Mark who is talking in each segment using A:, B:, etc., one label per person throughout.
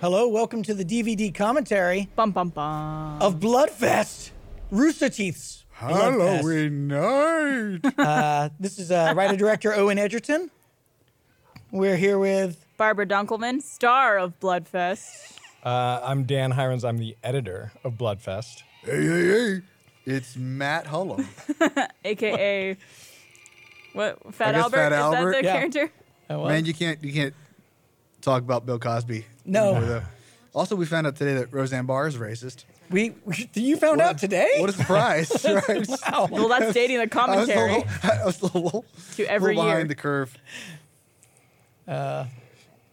A: Hello, welcome to the DVD commentary
B: Bum bum bum.
A: of Bloodfest. Rooster Teeth's Bloodfest.
C: Halloween night.
A: Uh, this is uh, writer director Owen Edgerton. We're here with
B: Barbara Dunkelman, star of Bloodfest.
D: Uh, I'm Dan Hirons. I'm the editor of Bloodfest.
C: hey, hey, hey. It's Matt Hullum.
B: AKA what Fat
C: guess
B: Albert?
C: Fat
B: Is
C: Albert.
B: that the
A: Yeah.
B: character?
C: Man, you can't you can't talk about Bill Cosby.
A: No.
C: anymore, though. Also, we found out today that Roseanne Barr is racist.
A: we. You found out today?
C: What a surprise! right?
B: Well, that's dating the
C: I was a
B: commentary
C: little, I was a little,
B: to every
C: little behind
B: year.
C: the curve.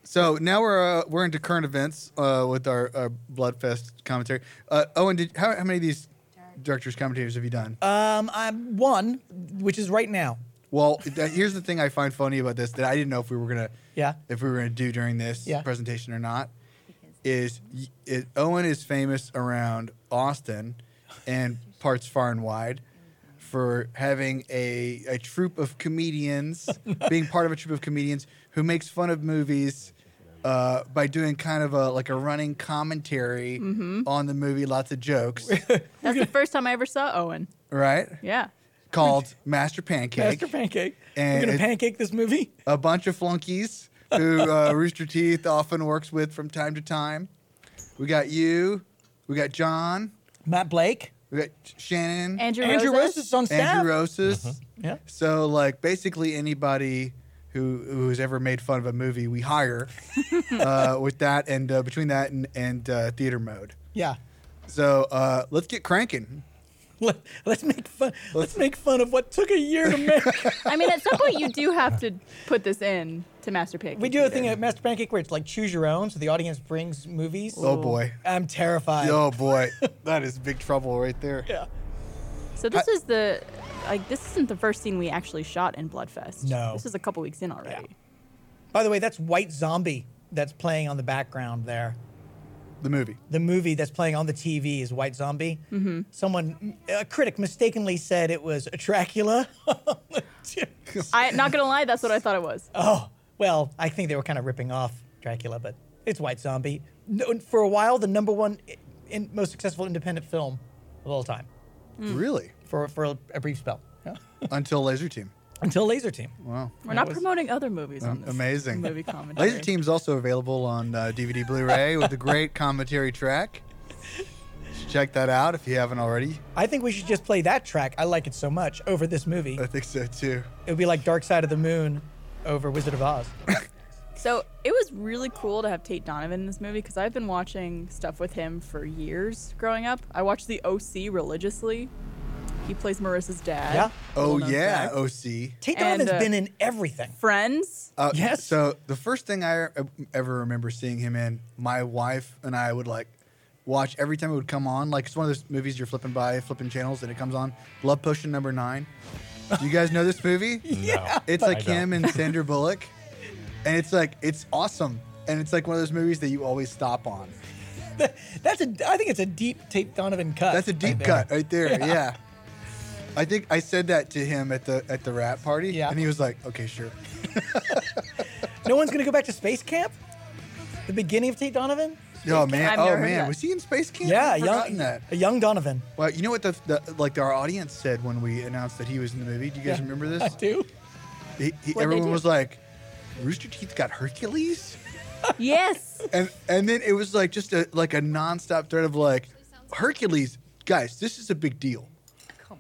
C: so now we're uh, we're into current events uh, with our, our Bloodfest commentary. Uh, Owen, did, how, how many of these directors commentators have you done?
A: um, I'm one, which is right now.
C: Well, th- here's the thing I find funny about this that I didn't know if we were gonna
A: Yeah.
C: if we were gonna do during this
A: Yeah.
C: presentation or not. Is y- it, Owen is famous around Austin and parts far and wide for having a a troupe of comedians, being part of a troupe of comedians who makes fun of movies. Uh, by doing kind of a like a running commentary
A: Mm-hmm.
C: on the movie, lots of jokes,
B: That's the first time I ever saw Owen.
C: right?
B: Yeah.
C: Called Master Pancake.
A: Master Pancake.
C: And
A: We're gonna
C: it-
A: pancake this movie.
C: a bunch of flunkies who uh, Rooster Teeth often works with from time to time. We got you. We got John.
A: Matt Blake.
C: We got Shannon.
B: Andrew,
A: Andrew Rose
B: Roses.
A: is on staff.
C: Andrew Roses.
A: Yeah.
C: So like basically anybody who who's ever made fun of a movie, we hire uh, with that and uh, between that and, and uh, theater mode.
A: Yeah.
C: So uh, let's get cranking.
A: Let, let's make fun. Let's make fun of what took a year to make.
B: I mean, at some point you do have to put this in to Master Pig.
A: we do a thing at Master Pancake where it's like choose your own, so the audience brings movies.
C: Oh boy.
A: I'm terrified.
C: Oh boy. that is big trouble right there.
A: Yeah.
B: So this is the like this isn't the first scene we actually shot in Bloodfest.
A: No.
B: This is a couple weeks in already.
A: By the way, that's White Zombie that's playing on the background there.
C: The movie.
A: The movie that's playing on the TV is White Zombie. Mm-hmm. Someone, a critic, mistakenly said it was Dracula.
B: I not gonna lie, that's what I thought it was.
A: oh, well, I think they were kind of ripping off Dracula, but it's White Zombie. No, for a while, the number one i- in, most successful independent film of all time
C: Really?
A: for, for a, a brief spell. Yeah.
C: Until Laser Team.
A: Until Laser Team.
C: Wow.
B: We're not
A: was-
B: promoting other movies on this
C: Amazing.
B: movie commentary.
C: Laser Team's also available on uh, DVD Blu-ray with a great commentary track. Check that out if you haven't already.
A: I think we should just play that track. I like it so much over this movie.
C: I think so too.
A: It would be like Dark Side of the Moon over Wizard of Oz.
B: So it was really cool to have Tate Donovan in this movie because I've been watching stuff with him for years growing up. I watched The OC religiously. He plays Marissa's dad.
A: Yeah.
C: Oh
B: Well-known
C: yeah,
B: fact.
C: OC.
A: Tate
B: And,
A: Donovan's
B: uh,
A: been in everything.
B: Friends.
C: Uh,
A: Yes.
C: So the first thing I uh, ever remember seeing him in, my wife and I would like watch every time it would come on. Like it's one of those movies you're flipping by, flipping channels, and it comes on. Love Potion Number Nine. Do you guys know this movie?
D: Yeah.
C: It's like
D: I don't.
C: him and Sandra Bullock, and it's like it's awesome, and it's like one of those movies that you always stop on.
A: That's a. I think it's a deep Tate Donovan cut.
C: That's a
A: right
C: deep
A: there.
C: cut right there. Yeah. I think I said that to him at the at the rap party,
A: Yeah.
C: and he was like, "Okay, sure."
A: No one's gonna go back to space camp. The beginning of Tate Donovan.
C: Oh man,
B: I've never
C: oh
B: heard
C: man,
B: that.
C: was he in space camp?
A: Yeah,
C: I've
A: young,
C: forgotten that.
A: a young Donovan.
C: Well, you know what the, the like our audience said when we announced that he was in the movie. Do you guys
A: Yeah.
C: remember this?
A: I do.
C: He- he-
B: What'd they
C: everyone
B: do?
C: was like, "Rooster Teeth got Hercules,"
B: yes.
C: and and then it was like just a like a nonstop thread of like, "Hercules, guys, this is a big deal.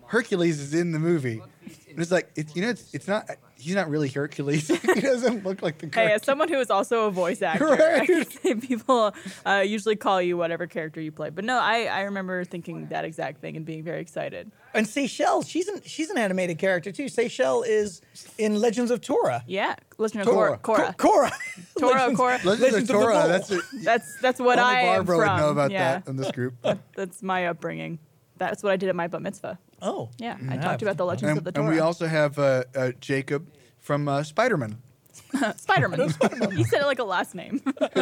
C: Hercules is in the movie." And it's like it's you know it's it's not he's not really Hercules. he doesn't look like the.
B: Hey,
C: cartoon.
B: as someone who is also a voice actor, I
C: Right.
B: can say people uh, usually call you whatever character you play. But no, I, I remember thinking that exact thing and being very excited.
A: And Seychelle, she's an she's an animated character too. Seychelle is in Legends of Torah.
B: Yeah, listener
C: Cora.
B: Cora. Cora.
A: Co- Korra.
B: Torah, Korra.
C: Legends,
A: Legends
C: of
A: of the
C: Torah.
A: Bowl.
C: That's it.
B: That's that's what
C: Only
B: I am
C: Barbara
B: from.
C: would know about
B: yeah,
C: that in this group.
B: that's my upbringing. That's what I did at my bat mitzvah.
A: Oh.
B: Yeah, I talked about the Legends of
C: and,
B: the
C: and
B: Torah.
C: we also have uh, uh, Jacob from uh, Spider-Man.
B: Spider-Man. you said it like a last name.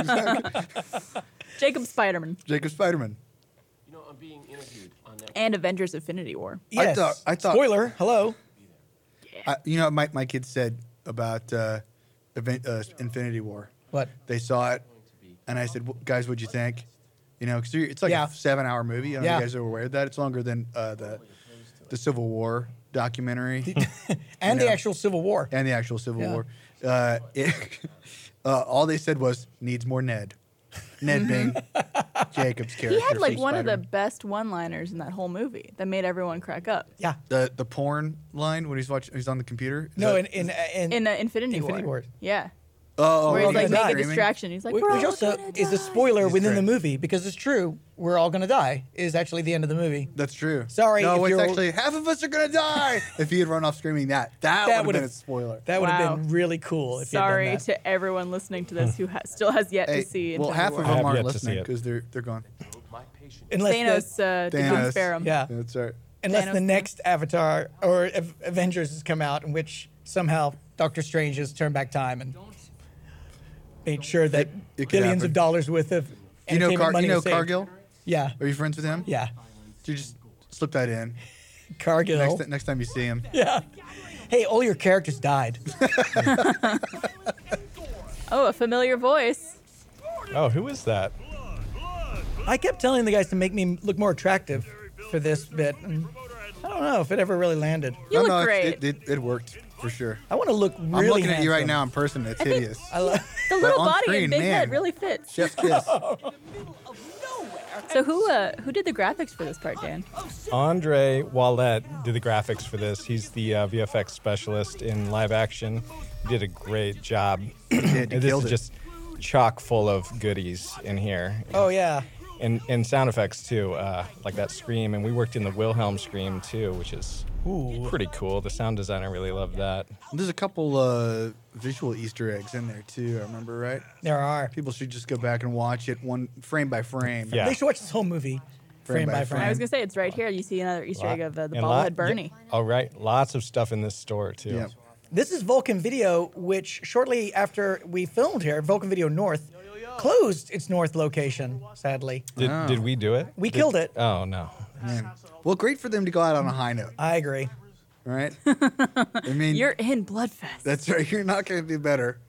B: Jacob Spider-Man
C: Jacob Spider-Man.
E: You know, I'm being interviewed on that.
B: and Avengers Infinity War.
A: Yes.
C: thought- I thought-
A: Spoiler. Hello.
C: I, you know, my my kids said about uh, event, uh, Infinity War.
A: What?
C: They saw it,
E: Going to be
C: and I said, "Wh- "Guys, what'd you think?" You know, because it's like
A: Yeah.
C: a seven-hour movie. I don't know
A: Yeah.
C: if you guys are aware of that. It's longer than uh, the the Civil War documentary
A: and the
C: Yeah.
A: actual Civil War.
C: and the actual Civil
A: Yeah.
C: War. Uh, it, uh, all they said was needs more Ned. Ned being Jacob's
B: He
C: character.
B: had like
C: from
B: one of the
C: Spider-Man.
B: best one-liners in that whole movie that made everyone crack up.
A: Yeah.
C: the the porn line when he's watching. He's on the computer. Is
A: No,
C: that-
A: in in in,
B: In uh, Infinity,
A: Infinity
B: War.
A: War.
B: Yeah.
C: oh,
B: Where
A: we're
B: he's
A: all
B: like,
A: gonna
B: make a
A: die.
B: distraction. He's like,
A: Whi-
B: we're
A: which
B: all
A: also
B: gonna
A: is a
B: die."
A: spoiler
C: He's
A: within the
C: right.
A: movie because it's true. We're all gonna die. Is actually the end of the movie.
C: That's true.
A: Sorry,
C: No,
A: if
C: it's
A: you're-
C: actually half of us are gonna die if he had run off screaming that. That, would have been a
A: would've-
C: spoiler.
A: That would have
B: Wow.
A: been really cool. If you
B: Sorry
A: had done that.
B: to everyone listening to this who ha- still has yet
C: Hey,
B: to see.
C: well,
B: Infinity
C: half
B: War.
C: of
D: I have
C: them aren't
D: yet to see
C: listening
D: it.
C: because they're they're gone.
E: My patient.
A: unless
B: Thanos,
A: the,
B: uh,
C: Thanos.
B: Thanos. Sparum.
A: Yeah.
C: That's right.
A: unless the
B: Thanos.
A: next Avatar or Av- Avengers has come out in which somehow Doctor Strange has turned back time and made sure that
C: It- it could
A: billions
C: happen.
A: of dollars worth of
C: You know,
A: entertainment
C: Car-
A: money
C: you know
A: was saved.
C: Cargill.
A: Yeah,
C: Are you friends with him?
A: yeah,
C: You just slip that in
A: Cargill.
C: next ti- next time you see him.
A: yeah. Hey, all your characters died.
B: Oh, a familiar voice.
D: Oh, who is that?
A: I kept telling the guys to make me look more attractive for this bit. And I don't know if it ever really landed.
B: You
C: no,
B: look
C: no,
B: great.
C: it's- It, it, it worked for sure.
A: I want to look really.
C: I'm looking at you right
A: handsome.
C: now in person. It's
B: think-
C: hideous.
A: I lo-
B: the little
C: on
B: body
C: screen,
B: and big
C: man.
B: head really fits.
C: Chef's kiss.
B: So who uh, who did the graphics for this part, Dan?
D: Andre Wallet did the graphics for this. He's the uh, VFX specialist in live action. He did a great job.
C: did. He
D: And this
C: killed
D: is
C: it.
D: just chock full of goodies in here.
A: oh yeah.
D: And, and sound effects too, uh, like that scream. And we worked in the Wilhelm scream too, which is pretty cool. The sound designer really loved that.
C: There's a couple uh, visual Easter eggs in there too. I remember right.
A: There are.
C: People should just go back and watch it one frame by frame.
D: Yeah.
A: They should watch this whole movie frame, by frame.
B: I was gonna say it's right here. You see another Easter egg of uh, the
D: And
B: bald
D: lot-
B: head Bernie.
D: yeah. All right, lots of stuff in this store too.
C: Yeah.
A: This is Vulcan Video, which shortly after we filmed here, Vulcan Video North closed its North location, sadly.
D: Did,
C: Oh.
D: did we do it?
A: We
D: Did-
A: killed it.
D: Oh no.
C: Man. Well, great for them to go out on a high note,
A: I agree.
C: right? I mean,
B: You're in Bloodfest.
C: that's right. You're not going to do better.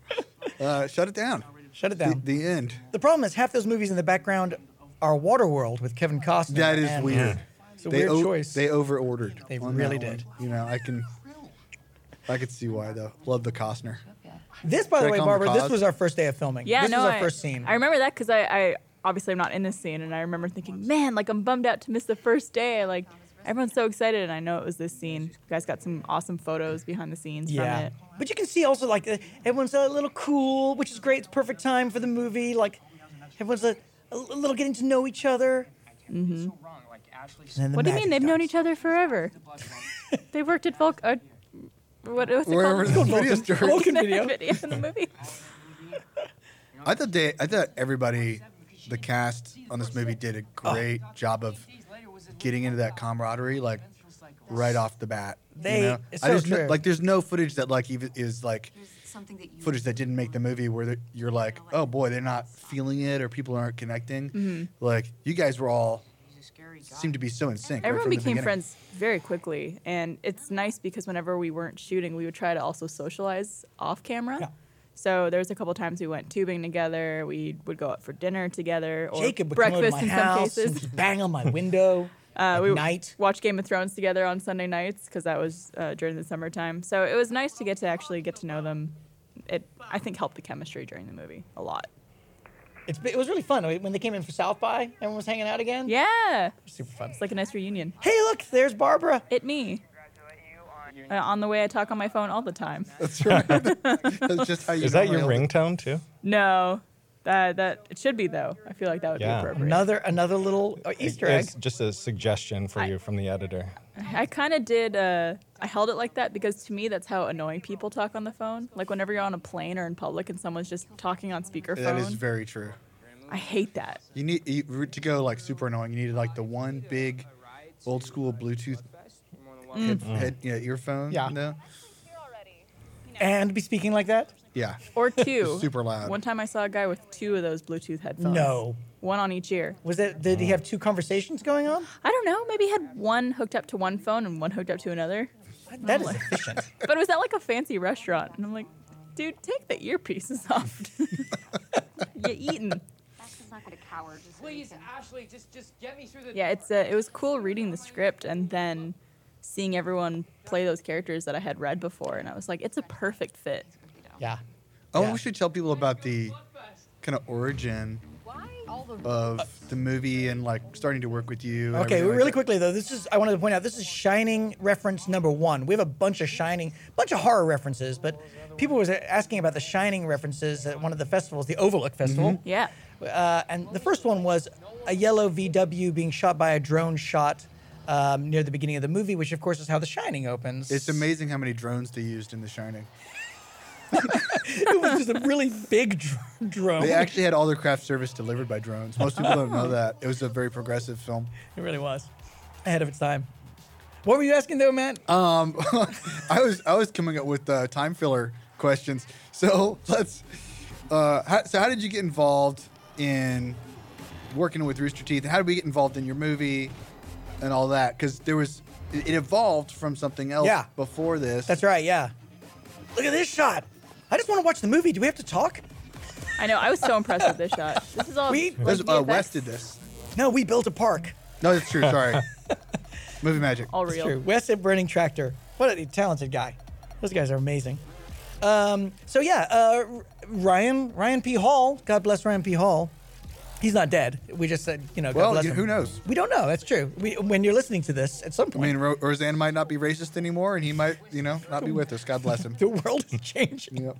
C: Uh, shut it down.
A: Shut it
C: The,
A: down. The,
C: the end.
A: problem is half those movies in the background are Waterworld with Kevin Costner.
C: That is
A: and-
C: weird.
A: It's a
C: they
A: weird
C: o-
A: choice.
C: They overordered.
A: They
C: on that
A: really
C: one.
A: did.
C: You know, I can, I could see why though. Love the Costner.
A: This, by the
C: Should I
A: way,
C: call
A: Barbara, this
C: Cos?
A: was our first day of filming.
B: yeah,
A: this
B: no,
A: was our
B: I,
A: first scene.
B: I remember that because I, I obviously I'm not in this scene, and I remember thinking, man, like I'm bummed out to miss the first day. Like everyone's so excited, and I know it was this scene. You guys got some awesome photos behind the scenes from
A: yeah.
B: it.
A: But you can see also, like, uh, everyone's a little cool, which is great. It's perfect time for the movie. Like, everyone's a, a little getting to know each other. Mm-hmm. And then the
B: What do you mean?
A: magic
B: They've known
A: starts.
B: each other forever. they worked at Volk. Uh, what, what's it
C: Wherever the
B: called?
C: video store.
A: Vulcan video.
B: video in the movie.
C: I thought they, I thought everybody, the cast on this movie did a great job of getting into that camaraderie, like right off the bat. you
A: They-
C: know?
A: it's
C: I
A: so
C: just kn-
A: true.
C: like there's no footage that like even is like
F: something that you
C: footage that didn't make the movie where the- you're like, oh boy, they're not feeling it or people aren't connecting.
B: Mm-hmm.
C: Like you guys were all seemed to be so in sync. right
B: Everyone
C: from the
B: became
C: beginning.
B: friends very quickly, and it's nice because whenever we weren't shooting, we would try to also socialize off camera.
A: Yeah.
B: So there was a couple times we went tubing together. We would go out for dinner together or
A: Jacob would
B: breakfast
A: come over to
B: in
A: my
B: some
A: house
B: cases. Uh,
A: and just bang on my window at
B: we
A: night.
B: watch Game of Thrones together on Sunday nights because that was uh, during the summertime. So it was nice to get to actually get to know them. It I think helped the chemistry during the movie a lot.
A: It's, it was really fun when they came in for South by. Everyone was hanging out again.
B: Yeah,
A: super fun.
B: it's like a nice reunion.
A: Hey, look, there's Barbara.
B: It me. Uh, on the way, I talk on my phone all the time.
C: That's right. That's just how you.
D: Is that your
C: normally-
D: ringtone too?
B: No, that that it should be though. I feel like that would
D: Yeah.
B: be appropriate.
A: Another another little uh, Easter egg.
D: It's just a suggestion for you from the editor.
B: I kind of did. Uh, I held it like that because to me that's how annoying people talk on the phone. Like whenever you're on a plane or in public and someone's just talking on
C: That is
B: speakerphone,
C: very true.
B: I hate that.
C: You need you, to go like super annoying. You needed like the one big, old school Bluetooth
B: Mm.
C: head, head yeah, earphone.
A: Yeah.
C: no?
A: And be speaking like that?
C: Yeah.
B: Or two.
C: super loud.
B: One time I saw a guy with two of those Bluetooth headphones.
A: No.
B: One on each ear.
A: Was it? Did he have two conversations going on?
B: I don't know. Maybe he had one hooked up to one phone and one hooked up to another.
A: That is efficient.
B: But it was at like a fancy restaurant, and I'm like, dude, take the earpieces off. you eating?
F: It's not gonna cower. Just so we
E: Please,
F: can-
E: Ashley, just just get me through the.
B: Yeah,
E: door.
B: it's uh, it was cool reading the script and then seeing everyone play those characters that I had read before, and I was like, it's a perfect fit.
G: Yeah.
C: Oh,
G: Yeah.
C: we should tell people about the kind of origin
F: All the
C: of the movie and like starting to work with you. and
A: Okay,
C: everything like
A: really
C: that.
A: quickly though, this is I wanted to point out this is Shining reference number one. We have a bunch of Shining, bunch of horror references, but people was asking about the Shining references at one of the festivals, the Overlook Festival.
C: Mm-hmm.
B: Yeah.
A: Uh, and the first one was a yellow VW being shot by a drone shot um, near the beginning of the movie, which of course is how The Shining opens.
C: It's amazing how many drones they used in The Shining.
A: it was just a really big dr- drone.
C: They actually had all their craft service delivered by drones. Most people don't know that. It was a very progressive film.
A: it really was ahead of its time. What were you asking though, Matt?
C: Um, I was I was coming up with uh, time filler questions. So let's. Uh, how, so how did you get involved in working with Rooster Teeth? How did we get involved in your movie and all that? Because there was it, it evolved from something else
A: Yeah.
C: before this.
A: That's right. Yeah. Look at this shot. I just want to watch the movie. Do we have to talk?
B: I know. I was so impressed with this shot. This is all.
A: We-
B: like,
C: This, uh,
B: VFX,
C: Wes did this.
A: No, we built a park.
C: No, that's true. Sorry. movie magic.
B: All
A: That's
B: real.
A: true. Wes at Burning Tractor. What a talented guy. Those guys are amazing. Um, so yeah, uh, R- Ryan Ryan P. Hall. God bless Ryan P. Hall. He's not dead. We just said you know. God
C: Well,
A: bless
C: you-
A: him.
C: who knows?
A: We don't know. That's true. We, when you're listening to this, at some
C: I
A: point,
C: mean, Ro- Roseanne might not be racist anymore, and he might, you know, not be with us. God bless him.
A: the world is changing. Um,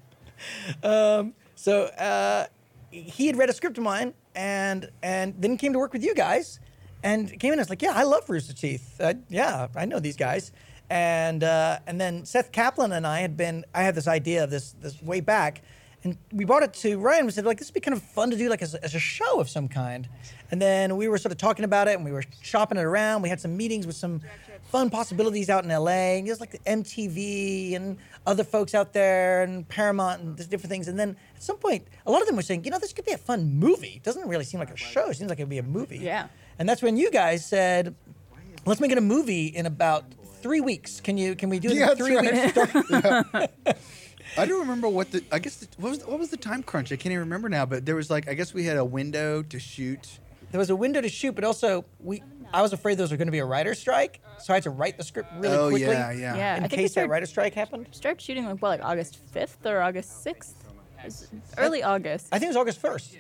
C: Yep.
A: So uh, he had read a script of mine, and and then came to work with you guys, and came in and was like, yeah, I love Rooster Teeth. Uh, yeah, I know these guys. And uh, and then Seth Kaplan and I had been, I had this idea of this this way back, and we brought it to Ryan. We said like this would be kind of fun to do like as, as a show of some kind. And then we were sort of talking about it, and we were shopping it around. We had some meetings with some fun possibilities out in LA. There's like the MTV and other folks out there, and Paramount, and there's different things. And then at some point, a lot of them were saying, you know, this could be a fun movie. It doesn't really seem like a show. It seems like it would be a movie.
B: Yeah.
A: And that's when you guys said, let's make it a movie in about three weeks. Can you? Can we do it
C: Yeah,
A: in three
C: that's
A: weeks?
C: I don't remember what the. I guess the, what was what was the time crunch? I can't even remember now. But there was like I guess we had a window to shoot.
A: there was a window to shoot, but also we. I was afraid there was going to be a writer's strike, so I had to write the script really
C: oh
A: quickly.
C: yeah, yeah,
B: Yeah.
A: In
B: I think we
A: case that
B: started-
A: writer's strike happened.
B: Start shooting like what, like August 5th or August 6th? It was Early August.
A: I think it was August 1st.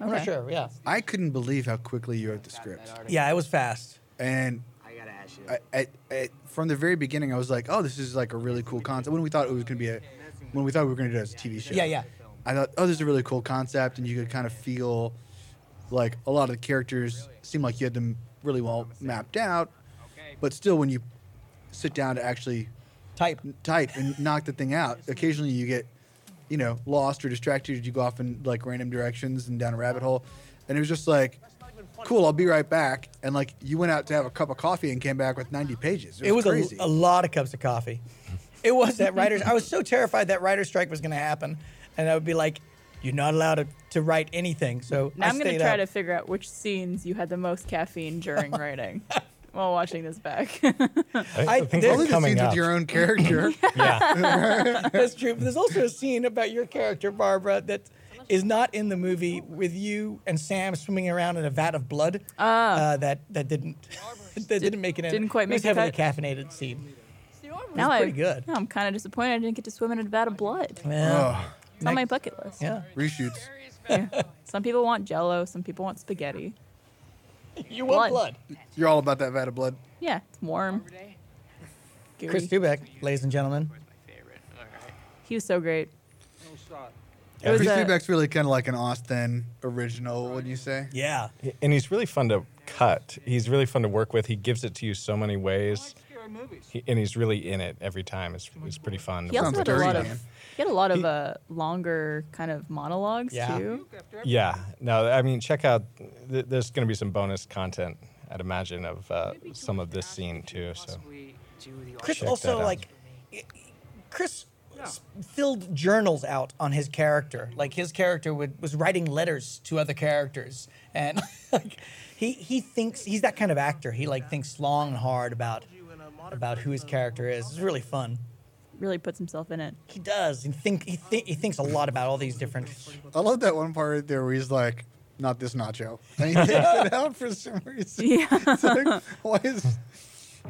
A: I'm
B: Okay.
A: not sure. Yeah.
C: I couldn't believe how quickly you wrote the script.
A: Yeah, it was fast.
C: And
H: I gotta ask you.
C: I, I, I, from the very beginning, I was like, oh, this is like a really cool concept. When we thought it was gonna be a, when we thought we were gonna do it as a TV show.
A: Yeah, yeah.
C: I thought, oh, this is a really cool concept, and you could kind of feel, like a lot of the characters seem like you had them really well mapped out, but still, when you sit down to actually
A: Type.
C: type and knock the thing out. Occasionally you get, you know, lost or distracted. You go off in like random directions and down a rabbit hole. And it was just like, cool, I'll be right back. And like you went out to have a cup of coffee and came back with 90 pages. It
A: It
C: was,
A: was
C: crazy.
A: a, a lot of cups of coffee. It was that writer's. I was so terrified that writer's strike was going to happen. And I would be like, you're not allowed to, to write anything. So
B: Now
A: I
B: I'm going
A: stayed
B: to try
A: up.
B: to figure out which scenes you had the most caffeine during writing while watching this back.
D: I,
A: I- there's-
D: think that's
C: Only the
D: coming
C: scenes
D: up.
C: with your own character.
D: yeah.
A: That's true. But there's also a scene about your character, Barbara, that is not in the movie with you and Sam swimming around in a vat of blood. Ah. Uh, that, that didn't that didn't make it in.
B: Didn't quite
A: it was
B: make the
A: heavily caffeinated scene.
B: now I,
A: pretty good.
B: Now I'm kind of disappointed I didn't get to swim in a vat of blood.
A: Yeah.
C: Ugh,
B: It's on my bucket list.
A: yeah.
C: reshoots.
B: Some people want jello, some people want spaghetti.
A: You want blood.
B: Blood.
C: You're all about that vat of blood.
B: Yeah, it's warm. Gooey.
A: Chris Dubeck, ladies and gentlemen.
B: He was so great. It was
C: Chris
B: a-
C: Dubeck's really kind of like an Austin original, wouldn't you say?
A: Yeah.
D: And he's really fun to cut. He's really fun to work with. He gives it to you so many ways. He, and he's really in it every time. It's, it's pretty fun. to
B: He
D: work
B: also had
C: Sounds
D: with.
B: a
C: dirty,
B: lot of
C: man.
B: he had a lot of
D: He-
B: uh, longer kind of monologues
A: Yeah.
B: too.
D: Yeah. No, I mean, check out. Th- there's going to be some bonus content, I'd imagine, of uh, some of this scene too. So
A: Chris
D: Check that
A: also
D: out.
A: like i- i- Chris s- filled journals out on his character. Like his character would was writing letters to other characters, and like he he thinks he's that kind of actor. He like thinks long and hard about about who his character is. It's really fun.
B: Really puts himself in it.
A: He does. He think he, thi- he thinks a lot about all these different.
C: I love that one part right there where he's like, not this nacho. And he takes it out for some reason.
B: Yeah.
C: It's like, why is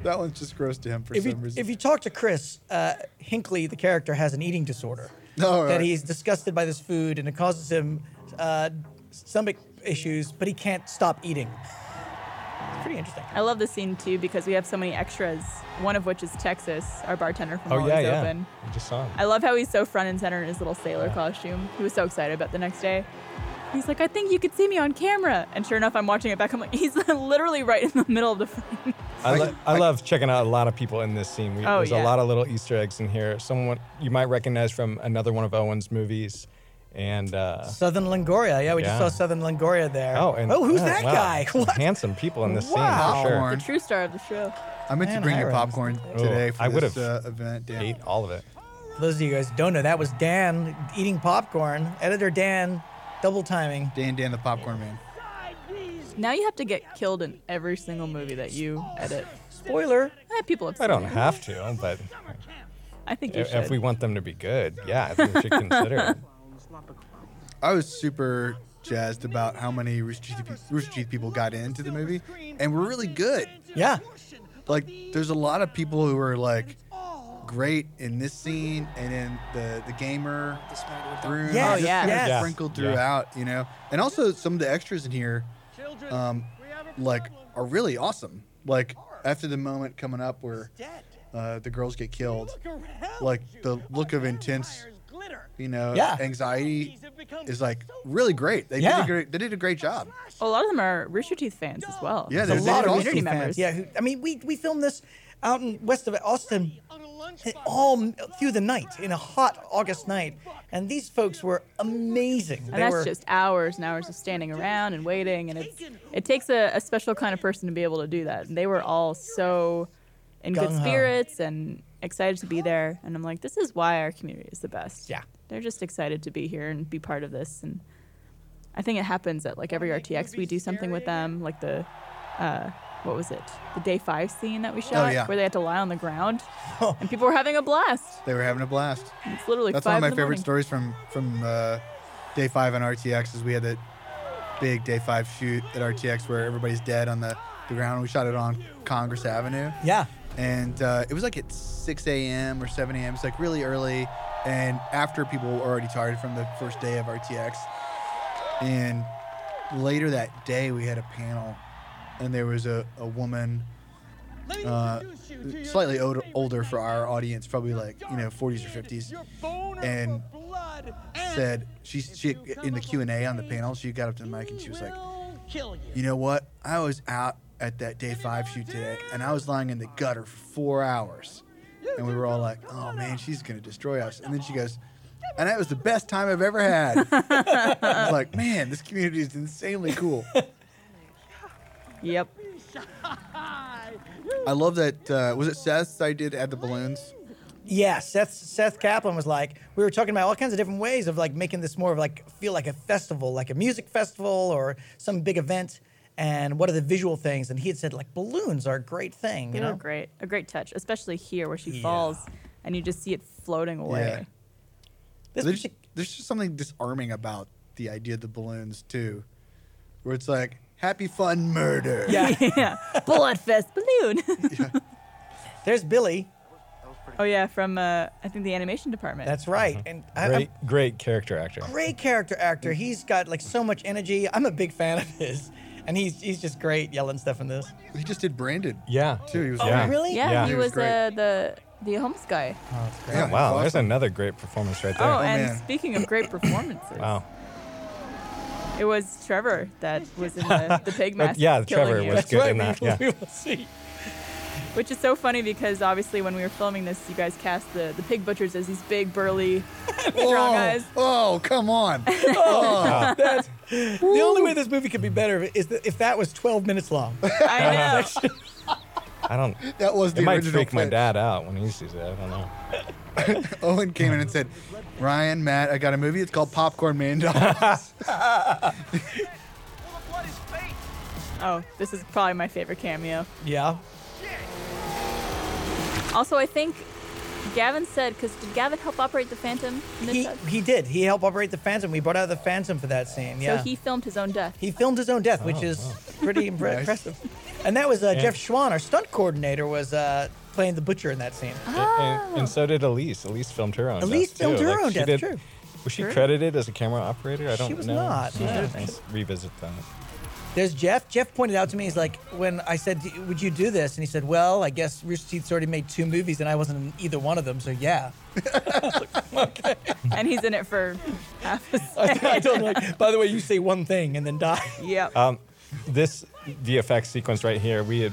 C: that one's just gross to him for
A: If
C: some
A: you,
C: reason?
A: if you talk to Chris, uh, Hinkley, the character, has an eating disorder.
C: Oh,
A: that
C: right.
A: he's disgusted by this food and it causes him uh, stomach issues, but he can't stop eating. It's pretty interesting.
B: I love this scene too because we have so many extras, one of which is Texas, our bartender from
D: Oh
B: Always
D: yeah, yeah.
B: Open.
D: I just saw him.
B: I love how he's so front and center in his little sailor costume. He was so excited about the next day. He's like, I think you could see me on camera. And sure enough, I'm watching it back. I'm like, he's literally right in the middle of the frame.
D: I, lo- I love checking out a lot of people in this scene. We,
B: Oh,
D: there's
B: yeah.
D: a lot of little Easter eggs in here. Someone you might recognize from another one of Owen's movies, and uh,
A: Southern Longoria. Yeah, we
D: Yeah.
A: just saw Southern Longoria there.
D: oh, and
A: oh who's
D: yeah,
A: that
D: wow,
A: guy?
D: some
A: What?
D: Handsome people in this
A: Wow.
D: scene for sure.
C: Popcorn.
B: The true star of the show.
C: I meant to
A: Man,
C: bring you
A: Hiram.
C: popcorn
D: Oh,
C: today for
D: I
C: this
D: would've
C: uh, event. Dan.
D: Ate all of it.
A: For those of you guys who don't know, that was Dan eating popcorn. Editor Dan, double timing.
C: Dan, Dan, the popcorn man.
B: Now you have to get killed in every single movie that you edit.
A: Spoiler.
B: Eh, people upset.
D: I don't have to, but
B: I think you
D: if,
B: should.
D: if we want them to be good, yeah, I think we should consider it.
C: I was super jazzed about how many Rooster Teeth, peop- Rooster Teeth people got into the movie, and were really good.
A: Yeah.
C: Like, there's a lot of people who are like great in this scene and in the the gamer room.
A: Yes,
B: Oh,
C: just
B: yeah.
C: kind of
A: yes. Yeah,
C: sprinkled
D: yeah.
C: throughout, you know. And also some of the extras in here, um, like are really awesome. Like after the moment coming up where uh, the girls get killed, like the look of intense, you know,
A: Yeah.
C: anxiety is like really great. They did
A: Yeah.
C: a great, they did a great job.
B: a lot of them are Rooster Teeth fans as well.
C: Yeah,
A: There's a lot of
C: Austin
A: Rooster
B: community
A: Teeth
B: members.
A: fans. Yeah, who, I mean, we, we filmed this out in west of Austin and all m- through the night in a hot August night, and these folks were amazing.
B: And that's just hours and hours of standing around and waiting, and it's, it takes a, a special kind of person to be able to do that. And they were all so in good
A: Gung-ho.
B: spirits and excited to be there. And I'm like, this is why our community is the best.
A: Yeah.
B: they're just excited to be here and be part of this. And I think it happens at like every RTX we do something with them, like the uh, what was it, the day five scene that we shot,
C: Oh, yeah.
B: where they had to lie on the ground, and people were having a blast.
C: They were having a blast.
B: It's literally
C: That's one
B: five
C: of my
B: in the
C: favorite
B: morning.
C: stories from from uh, day five on RTX is we had that big day five shoot at RTX where everybody's dead on the, the ground. We shot it on Congress Avenue.
A: yeah.
C: And uh, it was like at 6 a.m. or 7 a.m. It's like really early. And after people were already tired from the first day of RTX. And later that day, we had a panel, and there was a, a woman uh, slightly older, older for our audience, probably like, you know, 40s or 50s and said she she in the Q and A on the panel. She got up to the mic and she was like, "You know what? I was out at that day five shoot today, and I was lying in the gutter for four hours, and we were all like, oh man, she's gonna destroy us.'" And then she goes. And that was the best time I've ever had. I was like, man, this community is insanely cool.
B: Yep.
C: I love that. Uh, was it Seth's idea to add the balloons?
A: Yeah, Seth Seth Kaplan was like, we were talking about all kinds of different ways of like making this more of like feel like a festival, like a music festival or some big event. And what are the visual things? And he had said like balloons are a great thing, you
B: They were
A: know.
B: great. A great touch, especially here where she falls and you just see it floating away.
A: This
C: there's,
A: partic-
C: there's just something disarming about the idea of the balloons too, where it's like happy fun murder.
A: yeah,
B: Yeah. Bullet fist balloon.
A: there's Billy.
B: oh yeah, from uh, I think the animation department.
A: That's right. And I, I'm-
D: Great, great character actor.
A: great character actor. He's got like so much energy. I'm a big fan of his, and he's he's just great yelling stuff in this.
C: He just did Brandon.
D: Yeah.
C: Too, he was
D: yeah.
C: great.
A: Really?
B: yeah,
D: Yeah.
B: he
D: He
B: was,
C: was
B: uh, the the Holmes guy.
C: Yeah,
D: Oh, wow,
C: he's
D: there's
C: awesome.
D: another great performance right there.
B: Oh, and
C: man.
B: speaking of great performances,
D: wow.
B: it was Trevor that was in the, the pig mask.
D: yeah,
B: killing
D: Trevor
B: you.
D: was-
A: That's
D: good
A: right.
D: in that,
A: we,
D: yeah.
A: we will see.
B: Which is so funny because obviously when we were filming this, you guys cast the, the pig butchers as these big burly strong guys.
C: Oh, oh, come on.
A: The only way this movie could be better is that if that was 12 minutes long.
B: I know.
D: I don't.
C: That was the
D: It might
C: original
D: freak my
C: plan.
D: dad out when he sees it. I don't know.
C: Owen came in and said, Ryan, Matt, I got a movie. It's called Popcorn Man Dolls.
B: Oh, this is probably my favorite cameo.
A: yeah.
B: Also, I think Gavin said, because did Gavin help operate the Phantom? in this
A: He,
B: shot?
A: he did. He helped operate the Phantom. We brought out the Phantom for that scene.
B: So
A: Yeah.
B: he filmed his own death.
A: He filmed his own death, which
D: Oh,
A: is
D: wow.
A: pretty impre-
C: Nice.
A: impressive. And that was uh,
D: Yeah.
A: Jeff Schwann, our stunt coordinator, was uh, playing the butcher in that scene.
D: And,
C: Oh.
D: and so did Elise. Elise filmed her own.
A: Elise
D: death,
A: filmed
D: too.
A: her
D: Like,
A: own
D: she
A: death,
D: did-
A: true.
D: Was she
B: True.
D: credited as a camera operator? I don't
A: was
D: know.
A: not,
D: Yeah,
A: no.
D: let's revisit that.
A: There's Jeff. Jeff pointed out to me, he's like, when I said, "Do- "Would you do this?" and he said, "Well, I guess Rooster Teeth's already made two movies, and I wasn't in either one of them, so yeah."
B: and he's in it for half
C: Oh,
B: a
A: I told him, like, by the way, you say one thing and then die.
B: Yep.
D: Um, this VFX sequence right here, we had.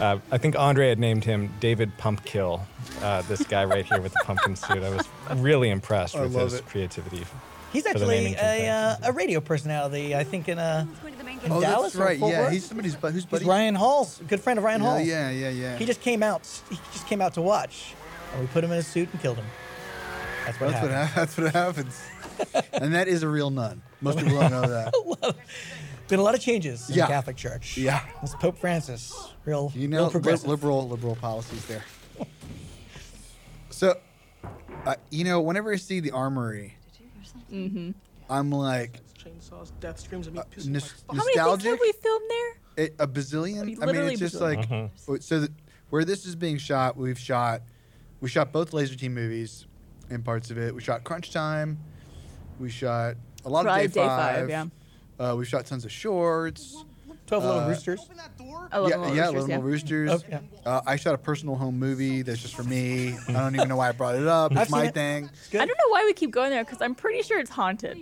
D: Uh, I think Andre had named him David Pumpkill. Uh, this guy right here with the pumpkin suit. I was really impressed
C: I
D: with
C: love
D: his
C: it.
D: creativity.
A: He's
D: For the
A: actually
D: naming
A: a, uh,
D: conventions.
A: a radio personality, I think, in uh,
F: Let's go to the main
A: Oh,
F: gate.
A: that- Dallas
C: that's
A: or
C: right.
A: Fort
C: Yeah,
A: Worth?
C: he's somebody's buddy. Who's
A: he's
C: buddy?
A: Ryan Hall's a good friend of Ryan
C: Yeah,
A: Hall.
C: yeah, yeah, yeah.
A: He just came out. He just came out to watch, and we put him in a suit and killed him. That's what
C: That's what,
A: happened.
C: hap- that's what happens. and that is a real nun. Most people don't know that.
A: Been a lot of changes in
C: Yeah.
A: the Catholic Church.
C: Yeah.
A: It's Pope Francis. Real,
C: You
A: real
C: know, li-
A: progressive.
C: liberal liberal policies there. so, uh, you know, whenever I see the armory, I'm like
G: Chainsaws, death screams, and me
C: uh,
G: pissing my
C: nos-
G: fuck.
B: How many things
C: nostalgic.
B: did we film there?
C: it- a bazillion.
B: You
C: I mean,
B: literally
C: it's just
B: bazillion.
C: like
A: Uh-huh.
C: w- so. Th- where this is being shot, we've shot, we shot both Laser Team movies, in parts of it. We shot Crunch Time. We shot a lot
B: Probably
C: of Day
B: Day Five,
C: Five. Uh, we shot tons of shorts.
A: Twelve little
C: uh,
A: roosters.
B: I love
C: yeah,
B: Little
C: yeah,
B: Roosters,
C: Little Roosters.
A: Oh, yeah.
C: Uh, I shot a personal home movie that's just for me. I don't even know why I brought it up. It's
A: I've seen
C: my
A: it.
C: thing.
A: It's good.
B: I don't know why we keep going there because I'm pretty sure it's haunted.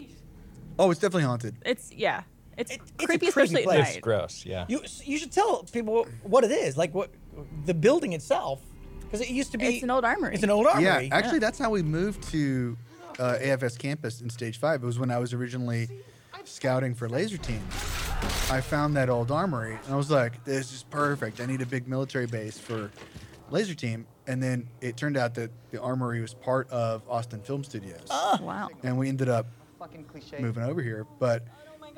C: Oh, it's definitely haunted.
B: It's yeah, it's
A: It- it's a
B: creepy,
A: creepy
B: especially at
A: place.
D: It's
B: night.
D: gross. Yeah.
A: You you should tell people what it is, like what the building itself, because it used to be.
B: It's an old armory.
A: It's an old armory.
C: Yeah, actually, that's how we moved to uh, AFS campus in Stage Five. It was when I was originally scouting for Laser Team. I found that old armory, and I was like, "This is perfect. I need a big military base for Laser Team." And then it turned out that the armory was part of Austin Film Studios,
B: Wow.
C: and we ended up
E: Fucking cliche.
C: moving over here. But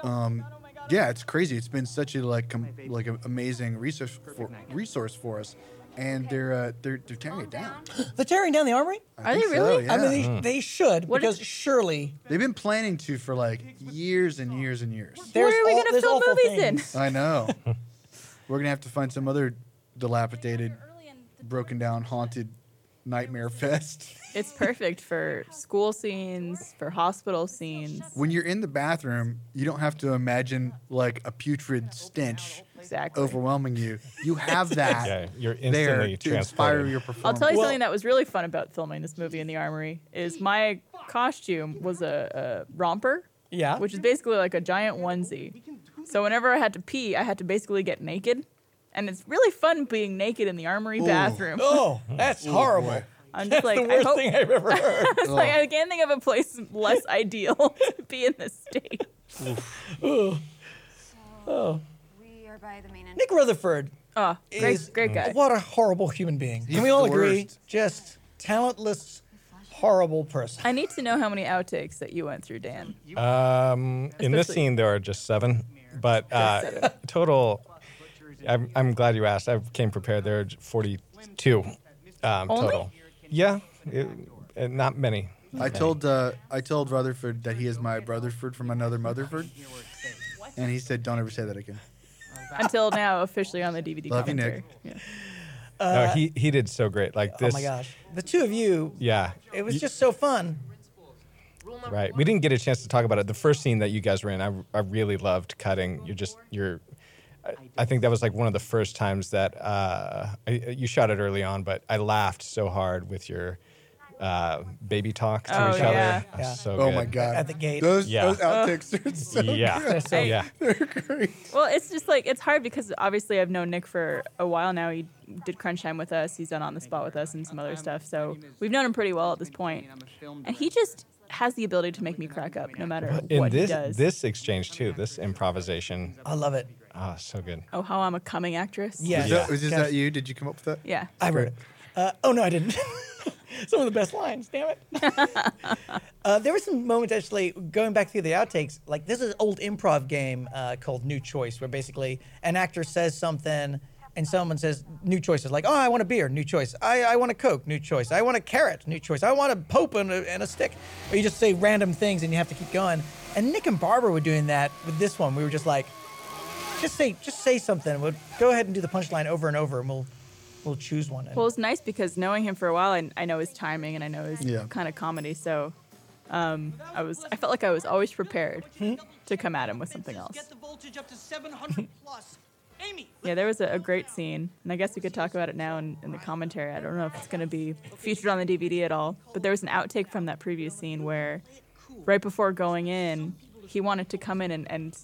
C: um, yeah, it's crazy. It's been such a like com- like a amazing resource for, resource for us, and they're uh, they're they're tearing it down.
A: They're tearing down the armory.
C: I
B: Are they
C: think
B: really?
C: Yeah.
A: I mean, they, they should
B: What
A: because
B: did-
A: surely
C: They've been planning to for like years and years and years.
A: there's
B: Where are we
A: all,
B: gonna
A: there's
B: film
A: awful
B: movies in?
A: things.
C: I know. We're gonna have to find some other dilapidated, broken down, haunted nightmare fest.
B: It's perfect for school scenes, for hospital scenes.
C: When you're in the bathroom, you don't have to imagine like a putrid stench
B: Exactly.
C: overwhelming you. You have that
D: Yeah, you're
C: there
D: instantly
C: to inspire
D: transported.
C: your performance.
B: I'll tell you
A: Well-
B: something that was really fun about filming this movie in the armory is my costume was a, a romper,
C: Ah.
A: Yeah.
B: which is basically like a giant onesie. So whenever I had to pee, I had to basically get naked, and it's really fun being naked in the armory bathroom.
A: oh, that's horrible.
C: boy.
B: I'm just
A: That's
B: like,
A: the
B: I
A: worst
B: hope.
A: thing I've ever heard.
B: It's like
C: Oh.
B: I can't think of a place less ideal to be in this state.
F: We are by the main entrance.
A: Nick Rutherford
B: Oh,
A: is
B: great, great guy.
A: What a horrible human being.
C: He's
A: Can we all
C: the
A: agree?
C: worst.
A: Just talentless, horrible person.
B: I need to know how many outtakes that you went through, Dan.
D: Um, in this
B: Especially-
D: scene, there are just seven, but uh, total. I'm, I'm glad you asked. I came prepared. There are 42 um,
B: Only?
D: total. Yeah, it, it- not many.
C: I told uh, I told Rutherford that he is my Rutherford from another Motherford, and he said, "Don't ever say that again."
B: Until now, officially on the DVD
C: Love you,
B: commentary.
C: Nick.
B: Yeah.
D: no, he he did so great. Like this.
A: oh my gosh, the two of you.
D: Yeah.
A: It was
D: You-
A: just so fun.
D: right. We didn't get a chance to talk about it. The first scene that you guys were in, I, I really loved cutting. You're just you're. I, I think that was like one of the first times that uh, I, you shot it early on, but I laughed so hard with your uh, baby talk to
B: Oh,
D: each
B: yeah.
D: other. That's
A: Yeah.
D: So
C: Oh
D: good.
C: my god!
A: At the gate.
C: Those,
D: Yeah.
C: those outtakes are so
D: yeah.
A: So-
D: yeah.
C: great.
B: Well, it's just like it's hard because obviously I've known Nick for a while now. He did Crunch Time with us. He's done On the Spot with us and some other stuff. So we've known him pretty well at this point. And he just has the ability to make me crack up no matter
D: In
B: what
D: this
B: he does.
D: this exchange too, this improvisation.
A: I love it.
D: Ah, so good.
B: oh, how I'm a coming actress.
A: Yeah.
C: Is
D: Yeah.
C: that, was is
A: Gosh.
C: that you? Did you come up with that?
B: Yeah.
A: I wrote it. Uh, oh no, I didn't. some of the best lines. Damn it. uh, there were some moments actually going back through the outtakes. Like this is an old improv game uh, called New Choice, where basically an actor says something. and someone says new choices, like, oh, I want a beer, new choice. I, I want a Coke, new choice. I want a carrot, new choice. I want a Pope and a, and a stick. Or you just say random things and you have to keep going. And Nick and Barbara were doing that with this one. We were just like, just say, just say something. We'll go ahead and do the punchline over and over, and we'll, we'll choose one. And-
B: Well, it's nice because knowing him for a while, I, I know his timing and I know his
C: Yeah.
B: kind of comedy. So um, I was, I felt like I was always prepared
D: Hmm?
B: to come at him with something else.
E: Get the voltage up to 700 plus. Amy,
B: Yeah, there was a, a great scene, and I guess we could talk about it now in, in the commentary. I don't know if it's going to be featured on the DVD at all, but there was an outtake from that previous scene where, right before going in, he wanted to come in and, and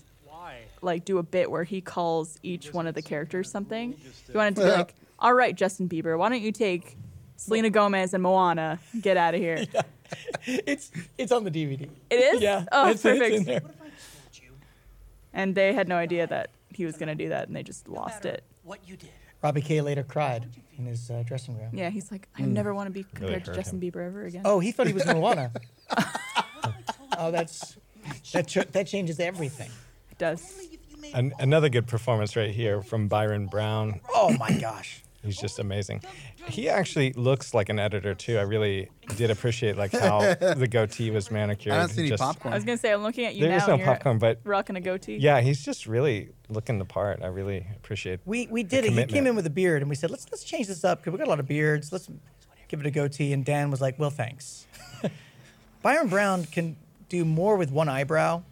B: like do a bit where he calls each one of the characters something. He wanted to be
C: Yeah.
B: like, "All right, Justin Bieber, why don't you take Selena Gomez and Moana? Get out of here."
A: it's it's on the DVD.
B: It is?
A: Yeah.
B: Oh,
A: it's, it's
B: perfect.
A: in there.
B: And they had no idea that he was going to do that, and they just lost it.
E: what you did.
A: Robbie K later cried in his uh, dressing room.
B: Yeah, he's like, "I
A: Hmm.
B: never want to be compared to
D: hurt
B: Justin Bieber ever again."
A: Oh, he thought he was Moana. oh, that's that ch- that changes everything.
B: It does.
D: An- another good performance right here from Byron Brown.
A: Oh my gosh.
D: He's just amazing. He actually looks like an editor too. I really did appreciate like how the goatee was manicured.
C: I don't see any
D: Just-
B: I was
C: popcorn.
B: gonna say, I'm looking at you
D: There
B: now.
D: is no
B: and you're
D: popcorn, but
B: rocking a goatee.
D: yeah, he's just really looking the part. I really appreciate.
A: We we
D: the
A: did it. He came
D: commitment.
A: in with a beard, and we said, let's let's change this up because we got a lot of beards. Let's give it a goatee. And Dan was like, well, thanks. Byron Brown can do more with one eyebrow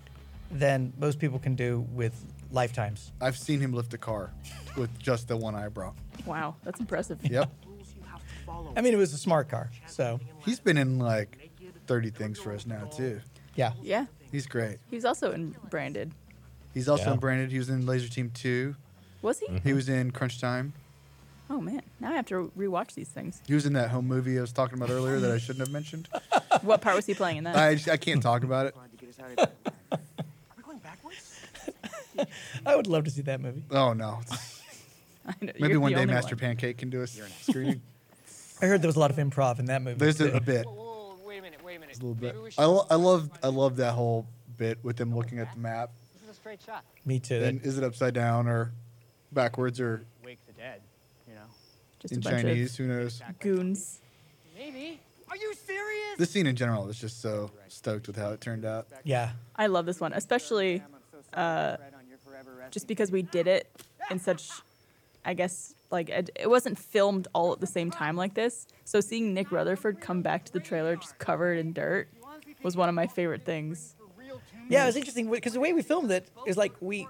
A: than most people can do with lifetimes.
C: I've seen him lift a car with just the one eyebrow.
B: Wow, that's impressive.
C: Yep.
A: I mean, it was a smart car, so
C: He's been in like 30 things for us now, too.
A: yeah.
B: Yeah.
C: He's great.
B: He was also in Branded.
C: He's also
D: Yeah.
C: in Branded. He was in Laser Team 2.
B: Was he?
C: He was in Crunch Time.
B: Oh man, now I have to rewatch these things.
C: He was in that home movie I was talking about earlier that I shouldn't have mentioned.
B: What part was he playing in that?
C: I, just- I can't talk about it.
A: I would love to see that movie.
C: Oh, no.
B: I know,
C: Maybe
B: you're
C: one
B: the
C: day
B: only
C: Master
B: one.
C: Pancake can do a screening.
A: I heard there was a lot of improv in that movie.
C: There's
A: too.
C: a, a bit.
E: Whoa, wait a minute, wait a minute.
C: A little bit.
E: Maybe we should
C: I, lo- I love I love that whole bit with them looking at the map.
E: This is a straight shot.
A: Me too.
C: And is it upside down or backwards or
E: Wake the dead, you know.
B: Just a
C: in
B: bunch
C: Chinese? Who knows?
B: of goons.
E: Maybe. Are you serious?
C: This scene in general is just so stoked with how it turned out.
A: yeah.
B: I love this one, especially uh, just because we did it in such, I guess, like it, it wasn't filmed all at the same time like this. So seeing Nick Rutherford come back to the trailer just covered in dirt was one of my favorite things.
A: Yeah, it was interesting because the way we filmed it is like we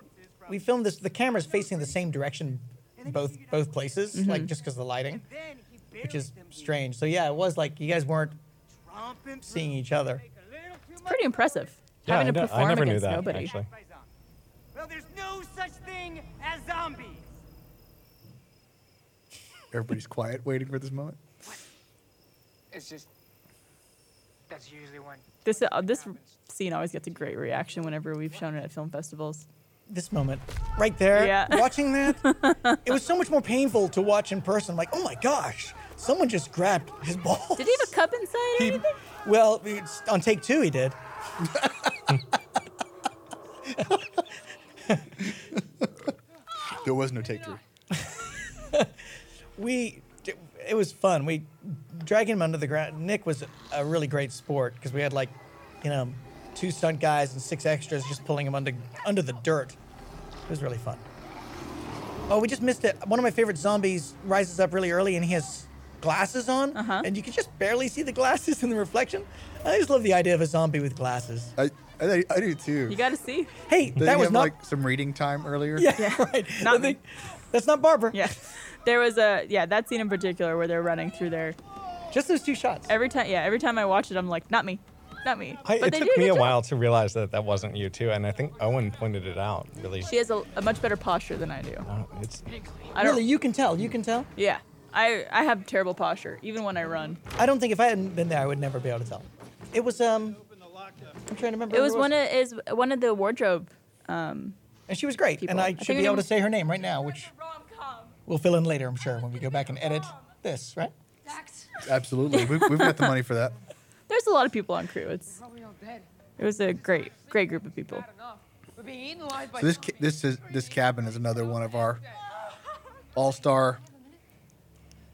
A: we filmed this. The camera's facing the same direction, both both places,
B: Mm-hmm.
A: like just because the lighting, which is strange. So yeah, it was like you guys weren't seeing each other.
B: It's pretty impressive.
D: Yeah, I,
B: Having to
D: know- I
B: perform
D: never knew
B: against
D: that
B: nobody.
D: actually.
E: Well, there's no such thing as zombies.
C: Everybody's quiet, waiting for this moment.
E: It's just that's usually when
B: This uh, this scene always gets a great reaction whenever we've shown it at film festivals.
A: This moment, right there,
B: Yeah.
A: watching that, it was so much more painful to watch in person. Like, oh my gosh, someone just grabbed his balls.
B: Did he have a cup inside or anything?
A: Well, it's, on take two, he did.
C: There was no take three.
A: we it was fun we dragging him under the ground nick was a really great sport because we had like you know two stunt guys and six extras just pulling him under under the dirt it was really fun oh we just missed it one of my favorite zombies rises up really early and he has glasses on
B: Uh-huh.
A: and you can just barely see the glasses in the reflection i just love the idea of a zombie with glasses
C: I, I, I do too.
B: You got to see.
A: hey
C: Did
A: that
C: you
A: was
C: have
A: not
C: like some reading time earlier?
A: yeah, right That
B: Not me.
A: thing- that's not barbara
B: Yeah, there was a yeah that scene in particular where they're running through there.
A: just those two shots
B: Every time yeah every time I watch it I'm like not me, not me.
D: I,
B: but
D: it
B: they
D: took
B: do
D: me
B: good
D: a
B: job.
D: while to realize that that wasn't you too, and I think Owen pointed it out. Really,
B: She has a, a much better posture than I do.
D: Oh, it's
B: I don't.
A: really you can tell you can tell
B: Yeah, I I have terrible posture even when I run.
A: I don't think if I hadn't been there, I would never be able to tell. It was um, I'm trying to remember.
B: It
A: who
B: was one of is one of the wardrobe.
A: and she was great,
B: people.
A: and
B: I
A: I
B: think
A: should
B: her
A: be able
B: name-
A: to say her name right now, which we'll fill in later, I'm sure, when we go back and edit this, right?
C: Absolutely. We've, we've got the money for that.
B: There's a lot of people on crew. It's
E: probably Oh, all dead.
B: it was a great great group of people.
E: Bad enough. We're being eaten alive by
C: So this ca- this is this cabin is another one of our all star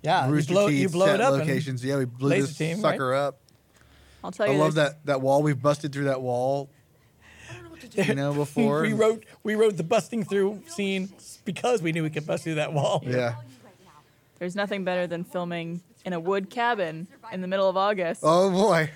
A: Yeah, Uh, you
C: Rooster
A: blow,
C: Teeth
A: you blow
C: set
A: it up. and-
C: locations. Yeah, we blew
A: laser
C: this
A: team, right?
C: sucker up.
B: I'll tell you.
C: I love
B: there's-
C: that that wall. We've busted through that wall. You know, before
A: we wrote we wrote the busting through scene because we knew we could bust through that wall.
C: Yeah.
B: There's nothing better than filming in a wood cabin in the middle of August.
C: Oh boy.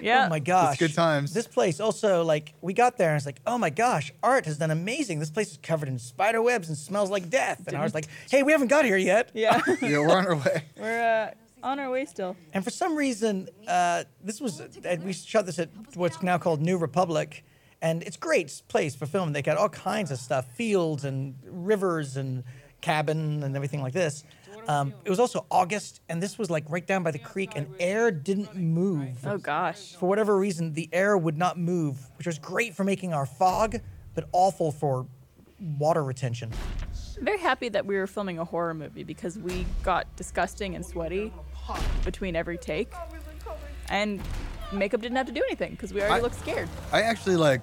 B: yeah.
A: Oh my gosh.
C: It's good times.
A: This place also like we got there and it's like, oh my gosh, art has done amazing. This place is covered in spider webs and smells like death. And I was like, hey, we haven't got here yet.
B: Yeah.
C: Yeah, we're on our way.
B: We're uh, on our way still.
A: And for some reason, uh, this was uh, we shot this at what's now called New Republic, and it's a great place for film. They got all kinds of stuff, fields and rivers and cabin and everything like this. Um, it was also August, and this was like right down by the creek, and air didn't move.
B: Oh gosh.
A: For whatever reason, the air would not move, which was great for making our fog, but awful for water retention.
B: I'm very happy that we were filming a horror movie because we got disgusting and sweaty between every take, and makeup didn't have to do anything because we already
C: I-
B: looked scared.
C: I actually like.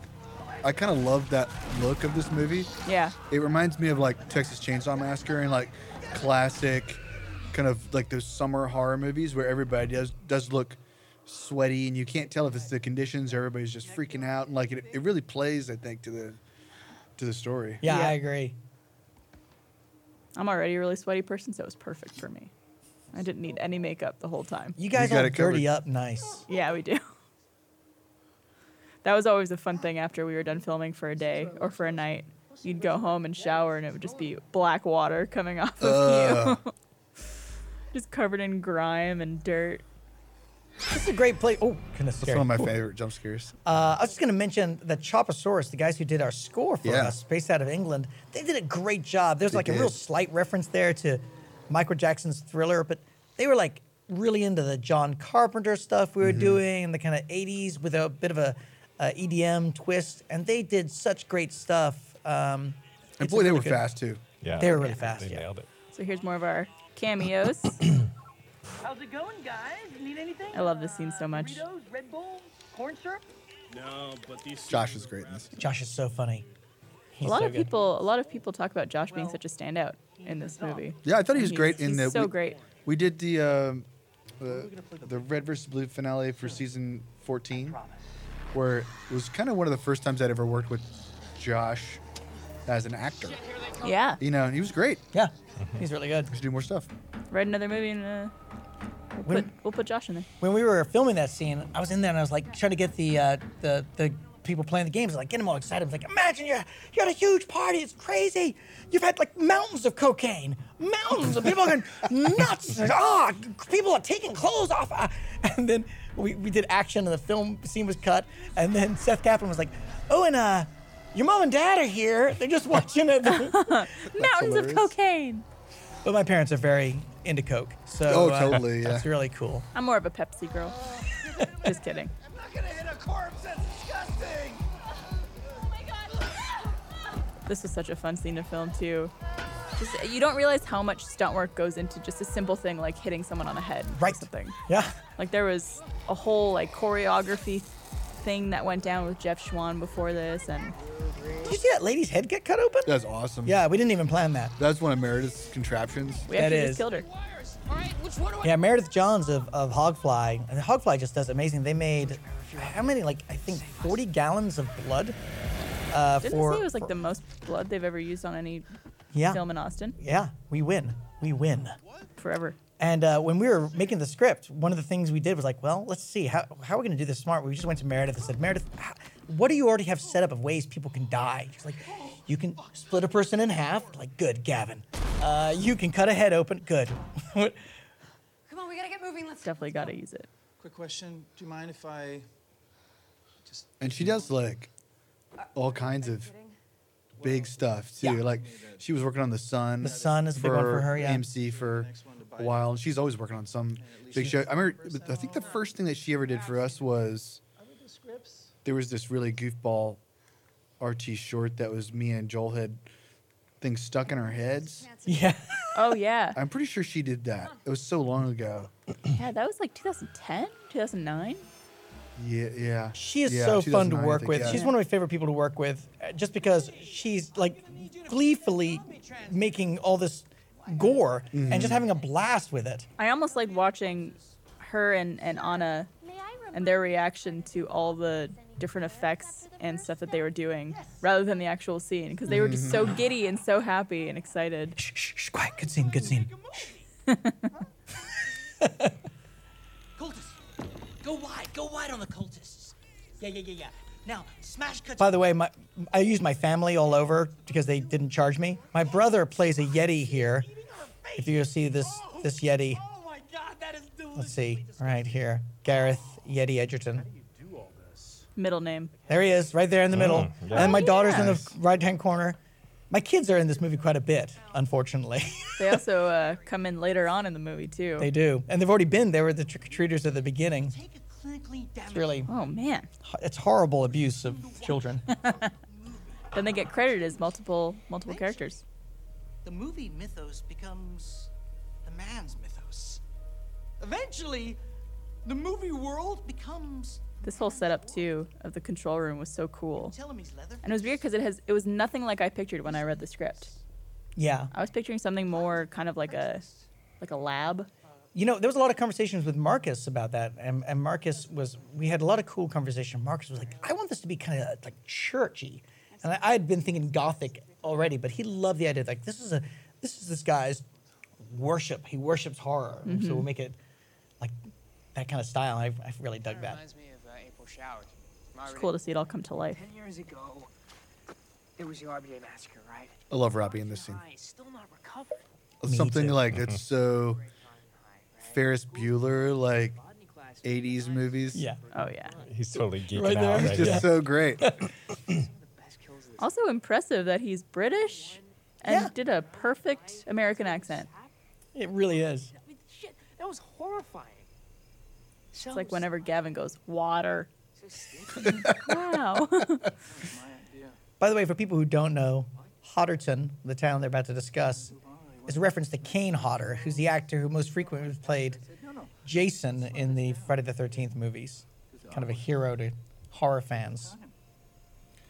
C: I kind of love that look of this movie.
B: Yeah.
C: It reminds me of like Texas Chainsaw Massacre and like classic, kind of like those summer horror movies where everybody does does look sweaty and you can't tell if it's the conditions or everybody's just freaking out and like it, it really plays I think to the to the story.
A: Yeah,
B: Yeah.
A: I agree.
B: I'm already a really sweaty person, so it was perfect for me. I didn't need any makeup the whole time.
A: You guys
C: got
A: all
C: it covered.
A: dirty up nice.
B: Yeah, we do. That was always a fun thing after we were done filming for a day or for a night. You'd go home and shower, and it would just be black water coming off of you. just covered in grime and dirt.
A: This is a great place. Oh, goodness.
C: That's
A: Gary.
C: one of my favorite jump scares.
A: Uh, I was just going to mention that Choposaurus, the guys who did our score for
C: Yeah.
A: us, based out of England, they did a great job. There's
C: They
A: like a real
C: did.
A: slight reference there to Michael Jackson's Thriller, but they were like really into the John Carpenter stuff
C: Mm-hmm.
A: we were doing in the kind of 80s with a bit of a uh, EDM twist, and they did such great stuff. Um,
C: And
A: it's a
C: boy, they
A: really
C: were
A: good-
C: fast too.
D: Yeah.
A: They were really fast,
D: They
A: yeah.
D: nailed it.
B: So here's more of our cameos.
E: How's it going, guys? Need anything?
B: I love this scene so much.
E: Burritos, Red Bull, corn syrup.
G: No, but these.
C: Josh is great in this.
A: Josh is so funny.
B: A
A: He's
B: lot
A: so
B: of
A: good.
B: people, a lot of people talk about Josh being such a standout in this movie.
C: Yeah, I thought he was
B: He's-
C: great in
B: he's
C: the.
B: so
C: we,
B: great.
C: We did the um, the, the red versus blue finale for season 14, where it was kind of one of the first times I'd ever worked with Josh as an actor.
B: Yeah,
C: You know, and he was great.
A: Yeah,
C: Mm-hmm.
A: he's really good.
C: We should do more stuff.
B: read another movie and uh, put,
A: When-
B: we'll put Josh in there.
A: when we were filming that scene, I was in there and I was like trying to get the uh, the the people playing the games, like get them all excited. I was like, imagine you're you're at a huge party, it's crazy. You've had like mountains of cocaine, mountains of people going nuts. and, Ah, people are taking clothes off. Ah. And then we, we did action and the film scene was cut. And then Seth Kaplan was like, oh, and uh, your mom and dad are here. They're just watching it. but
B: Mountains of
C: hilarious.
B: cocaine.
A: my parents are very into coke, so
C: Oh,
A: uh,
C: totally, yeah.
A: that's really cool.
B: I'm more of a Pepsi girl. Just kidding.
E: I'm not gonna hit a corpse. That's disgusting.
B: This was such a fun scene to film too. Just, you don't realize how much stunt work goes into just a simple thing like hitting someone on the head
A: Right.
B: or something.
A: Yeah.
B: Like there was a whole like choreography thing that went down with Jeff Schwan before this, and
A: Did you see that lady's head get cut open?
C: That was awesome.
A: Yeah, we didn't even plan that.
C: That's one of Meredith's contraptions.
B: we
A: That
B: actually
A: is-
B: just killed her.
A: Yeah, Meredith Johns of, of Hogfly, and Hogfly just does amazing. They made how many? Like I think forty gallons of blood. Uh,
B: Didn't
A: for,
B: they say it was like
A: for-
B: the most blood they've ever used on any
A: yeah
B: film in Austin
A: yeah we win we win.
B: forever.
A: And uh, when we were making the script, one of the things we did was like, well, let's see how how are we going to do this smart. We just went to Meredith and said, Meredith, h- what do you already have set up of ways people can die? She's like, you can split a person in half. Like, good, Gavin. Uh, you can cut a head open. Good.
F: Come on, we gotta get moving. Let's
B: Definitely got to use it.
H: Quick question. Do you mind if I just
C: And she does like all kinds of big stuff too. Like she was working on the Sun.
A: The Sun is a big one for her, yeah.
C: AMC for a while, and she's always working on some big show. I remember. but I think the first thing that she ever did for us was
H: the scripts?
C: there was this really goofball RT short that was me and Joel had things stuck in our heads.
A: yeah.
B: Oh yeah,
C: I'm pretty sure she did that. It was so long ago.
B: yeah. That was like 2010, 2009.
C: Yeah, yeah.
A: She is
C: Yeah,
A: so fun to
C: 2009, I
A: work
C: think,
A: with.
C: yeah.
A: She's one of my favorite people to work with, uh, just because she's like gleefully making all this gore and just having a blast with it.
B: I almost like watching her and, and Anna and their reaction to all the different effects and stuff that they were doing rather than the actual scene because they were just so giddy and so happy and excited.
A: Shh, shh, shh, quiet. Good scene. Good scene.
I: Cultists, go wide, go wide on the cultists. Yeah, yeah, yeah, yeah. Now, smash cuts.
A: By the way, my I use my family all over because they didn't charge me. My brother plays a Yeti here. If you see this this Yeti,
I: Oh my God, that is delicious.
A: let's see right here, Gareth Yeti Edgerton.
B: Middle name.
A: There he is, right there in the middle.
D: yeah.
A: And my
B: Oh,
A: daughter's in
D: yes.
A: the right hand corner. My kids are in this movie quite a bit, unfortunately.
B: They also uh, come in later on in the movie too.
A: they do, and they've already been. They were the trick or treaters at the beginning.
I: Take a clinically damaged
A: It's really,
B: oh man.
A: it's horrible abuse of children.
B: Then they get credited as multiple multiple characters.
I: the movie mythos becomes the man's mythos. Eventually, the movie world becomes.
B: This whole setup too of the control room was so cool.
I: Tell him he's leather.
B: And it was weird because it has it was nothing like I pictured when I read the script.
A: yeah.
B: I was picturing something more kind of like a like a lab.
A: You know, there was a lot of conversations with Marcus about that, and, and Marcus was. We had a lot of cool conversation. Marcus was like, "I want this to be kind of like churchy," and I, I had been thinking gothic already, but he loved the idea. Like, this is a, this is this guy's worship. He worships horror, and so we'll make it like that kind of style. I, I really dug that.
J: Reminds me of uh, April showers.
B: It's cool to see it all come to life.
J: Ten years ago, there was the Arbor Day massacre, right?
C: I love Robbie in this scene.
J: Eyes still not recovered.
C: Something
A: too.
C: like it's so Ferris Bueller, like
J: Botany class.
C: 80s movies.
A: Yeah,
B: Oh yeah.
D: He's totally geeking
A: Right there.
D: out.
A: He's
D: Right
C: Just
D: there.
C: so great.
J: Best kills of the
B: Also impressive that he's British and
A: Yeah.
B: did a perfect American accent.
A: it really is.
J: I mean, shit, that was horrifying.
B: It's like whenever Gavin goes, water.
J: That
B: Wow.
J: was my idea.
A: By the way, for people who don't know, Hodderton, the town they're about to discuss, is a reference to Kane Hodder, who's the actor who most frequently played Jason in the Friday the 13th movies. Kind of a hero to horror fans.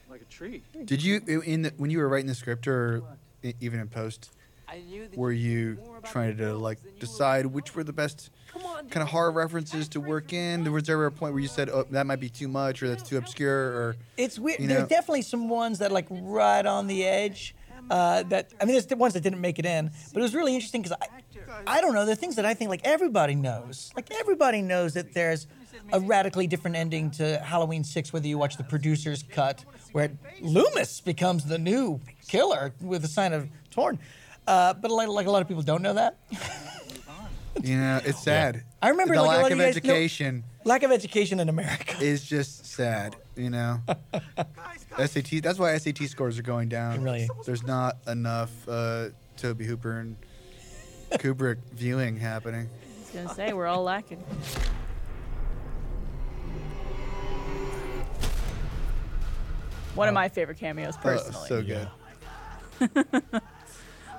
H: Like a tree.
C: Did you in the, when you were writing the script or e- even in post?
J: I knew that
C: Were you trying to like decide which were the best kind of horror references to work in? Was there ever a point where you said, "Oh, that might be too much," or "That's too obscure," or
A: It's weird.
C: You
A: There's
C: know-
A: definitely some ones that like right on the edge. Uh, that I mean, there's the ones that didn't make it in, but it was really interesting because I, I don't know. There are things that I think like everybody knows. Like everybody knows that there's a radically different ending to Halloween Six, whether you watch the producer's cut, where Loomis becomes the new killer with the sign of Torn. Uh, but like, like a lot of people don't know that.
C: you know? It's sad.
A: I remember,
C: the
A: like, a lot
C: lack
A: of
C: of
A: you guys- no-
C: education
A: Lack of education in America.
C: is just sad. You know, SAT. That's why SAT scores are going down.
A: Really.
C: There's not enough uh, Toby Hooper and Kubrick viewing happening.
B: I was gonna say we're all lacking. One of my favorite cameos
C: Oh,
B: personally.
C: so good.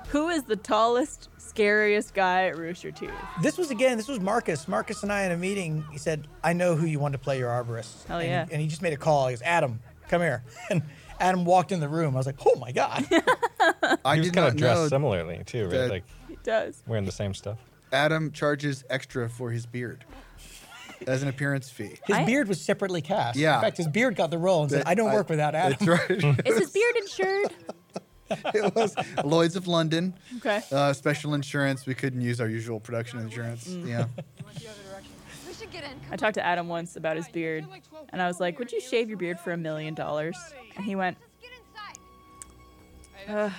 B: Who is the tallest, scariest guy at Rooster Teeth?
A: This was again. This was Marcus. Marcus and I in a meeting. He said, "I know who you want to play your arborist."
B: Hell
A: and,
B: yeah.
A: And he just made a call. He goes, "Adam, come here." And Adam walked in the room. I was like, "Oh my god!"
C: I
D: He was
C: did
D: kind
C: not
D: of dressed
C: know
D: similarly too, right?
C: that-
D: Like
B: He does.
D: wearing the same stuff.
C: Adam charges extra for his beard as an appearance fee.
A: His
B: I-
A: beard was separately cast.
C: Yeah.
A: In fact, his beard got the role and said,
C: That-
A: "I don't work without Adam."
C: That's right.
B: Is his beard insured?
C: it was Lloyd's of London.
B: Okay.
C: Uh, special insurance. We couldn't use our usual production insurance.
B: Mm.
C: Yeah.
F: We should get in.
B: I talked to Adam once about his beard, and I was like, "Would you shave your beard for a million dollars?" And he went,
F: Let's get inside.
B: Ugh,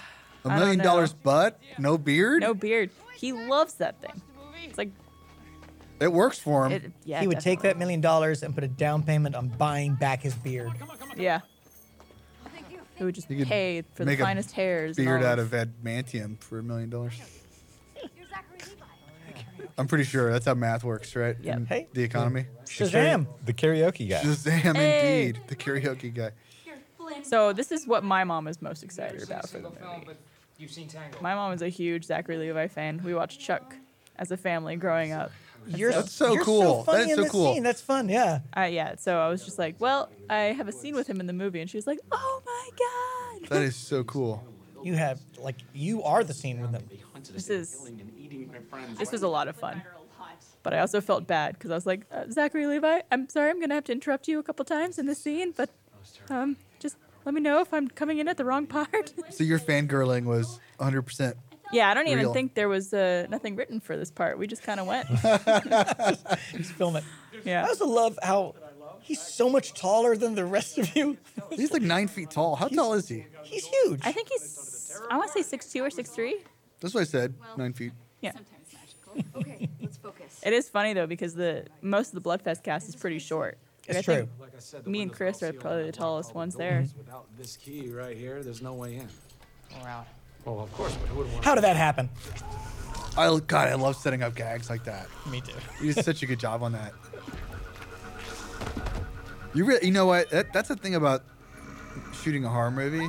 C: A
B: I don't
C: million
B: know.
C: dollars, but no beard.
B: "No beard." He loves that thing. It's like,
C: It works for him.
B: it, yeah.
A: he would take that million dollars and put a down payment on buying back his beard.
B: definitely. Yeah.
F: Oh, thank you.
B: He would just
C: You could
B: pay for the
C: make a
B: finest hairs. and
C: beard
B: all
C: out of adamantium for a million dollars.
F: You're Zachary Levi.
C: I'm pretty sure that's how math works, right?
B: Yep.
C: In
A: Hey.
C: The economy.
A: Shazam!
D: The karaoke guy.
C: Shazam,
B: Hey.
C: indeed. The karaoke guy.
F: Here, Flynn.
B: So this is what my mom is most excited about for the movie.
J: You've seen Tango.
B: My mom is a huge Zachary Levi fan. We watched Chuck as a family growing up.
A: You're
C: That's so
A: you're
C: cool.
A: So funny
C: That is
A: in
C: so
A: this
C: cool.
A: Scene. That's fun. Yeah.
B: Uh, yeah, so I was just like, well, I have a scene with him in the movie, and she was like, oh my god.
C: That is so cool.
A: You have like you are the scene with him.
B: This is this was a lot of fun. But I also felt bad because I was like, uh, Zachary Levi, I'm sorry, I'm gonna have to interrupt you a couple times in this scene, but um, just let me know if I'm coming in at the wrong part.
C: So your fangirling was 100%.
B: yeah, I don't even
C: Real.
B: think there was uh, nothing written for this part. We just kind of went.
A: Just film it. I
B: yeah,
A: also love how he's so much taller than the rest of you.
C: He's like nine feet tall. How tall is he?
A: He's huge.
B: I think he's I want to say six two or six three.
C: That's what I said. Nine feet.
B: Yeah.
F: Sometimes magical. Okay, let's focus.
B: It is funny though because the most of the Bloodfest cast is pretty short.
A: It's
B: Like, I
A: true.
B: think
K: Like I said,
B: me and Chris are probably the tallest ones there.
K: Without this key right here, there's no way in.
I: We're out.
K: Well, of course, but who would want
A: How did that happen?
C: I God, I love setting up gags like that.
A: Me too.
C: You did such a good job on that. You really, you know what? That, that's the thing about shooting a horror movie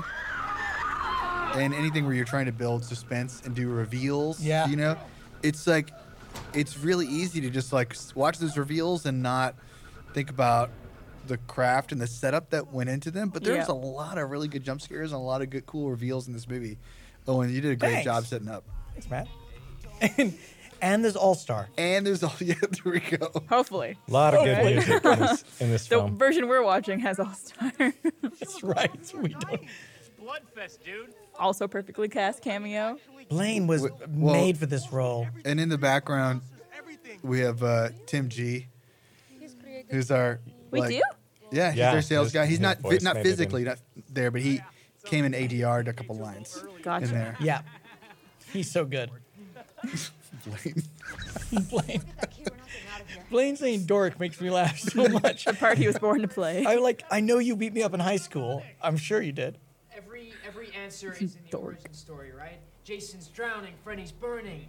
C: and anything where you're trying to build suspense and do reveals.
A: Yeah.
C: You know, it's like it's really easy to just like s- watch those reveals and not think about the craft and the setup that went into them. But there's
B: Yeah.
C: a lot of really good jump scares and a lot of good cool reveals in this movie. Owen, you did a great
A: Thanks.
C: job setting up.
A: Thanks, Matt. And, and there's All Star.
C: And there's all yeah, there we go.
B: Hopefully,
D: A lot of good
B: Alright.
D: music in this, in this
B: the
D: film.
B: version we're watching has All Star.
A: That's right. We don't.
E: Bloodfest, dude.
B: also perfectly cast cameo.
A: Blaine was
C: Wh- well-
A: made for this role.
C: And in the background, we have uh, Tim G, who's our.
B: We
C: like-
B: do?
C: Yeah, he's
D: Yeah,
C: our sales
D: his-
C: guy. He's
D: his
C: not
D: voice
C: not
D: made it in.
C: physically not there, but he came in ADR'd a couple lines in
B: Gotcha.
C: there.
A: Yeah. He's so good. Blaine.
F: Okay, we're not getting out of here.
A: Blaine saying Doric makes me laugh so much.
B: The part he was born to play.
A: I like. I know you beat me up in high school. I'm sure you did.
J: Every every answer is in the
B: Dork.
J: origin story, right? Jason's drowning, Freddy's burning.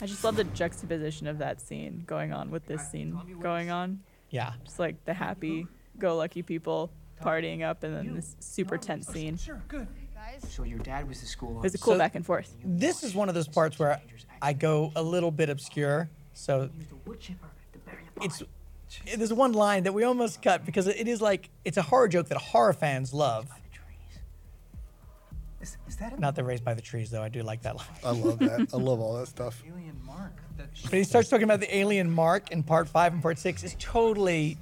B: I just love the juxtaposition of that scene going on with this scene going on.
A: Yeah.
B: Just like the happy go lucky people partying up and then this super tense scene.
J: Sure, good.
F: Guys,
J: So your dad was the school.
B: There's a cool
A: So-
B: back and forth.
A: This is one of those parts where I go a little bit obscure. So
J: He was the wood chipper, the barrier
A: it's there's one line that we almost cut because it is like it's a horror joke that horror fans love.
J: the trees. Is, is that Oh. an
A: Not the raised by the trees though. I do like that line.
C: I love that. I love all that stuff.
J: alien mark that
A: But he starts talking about the alien mark in part five and part six. It's totally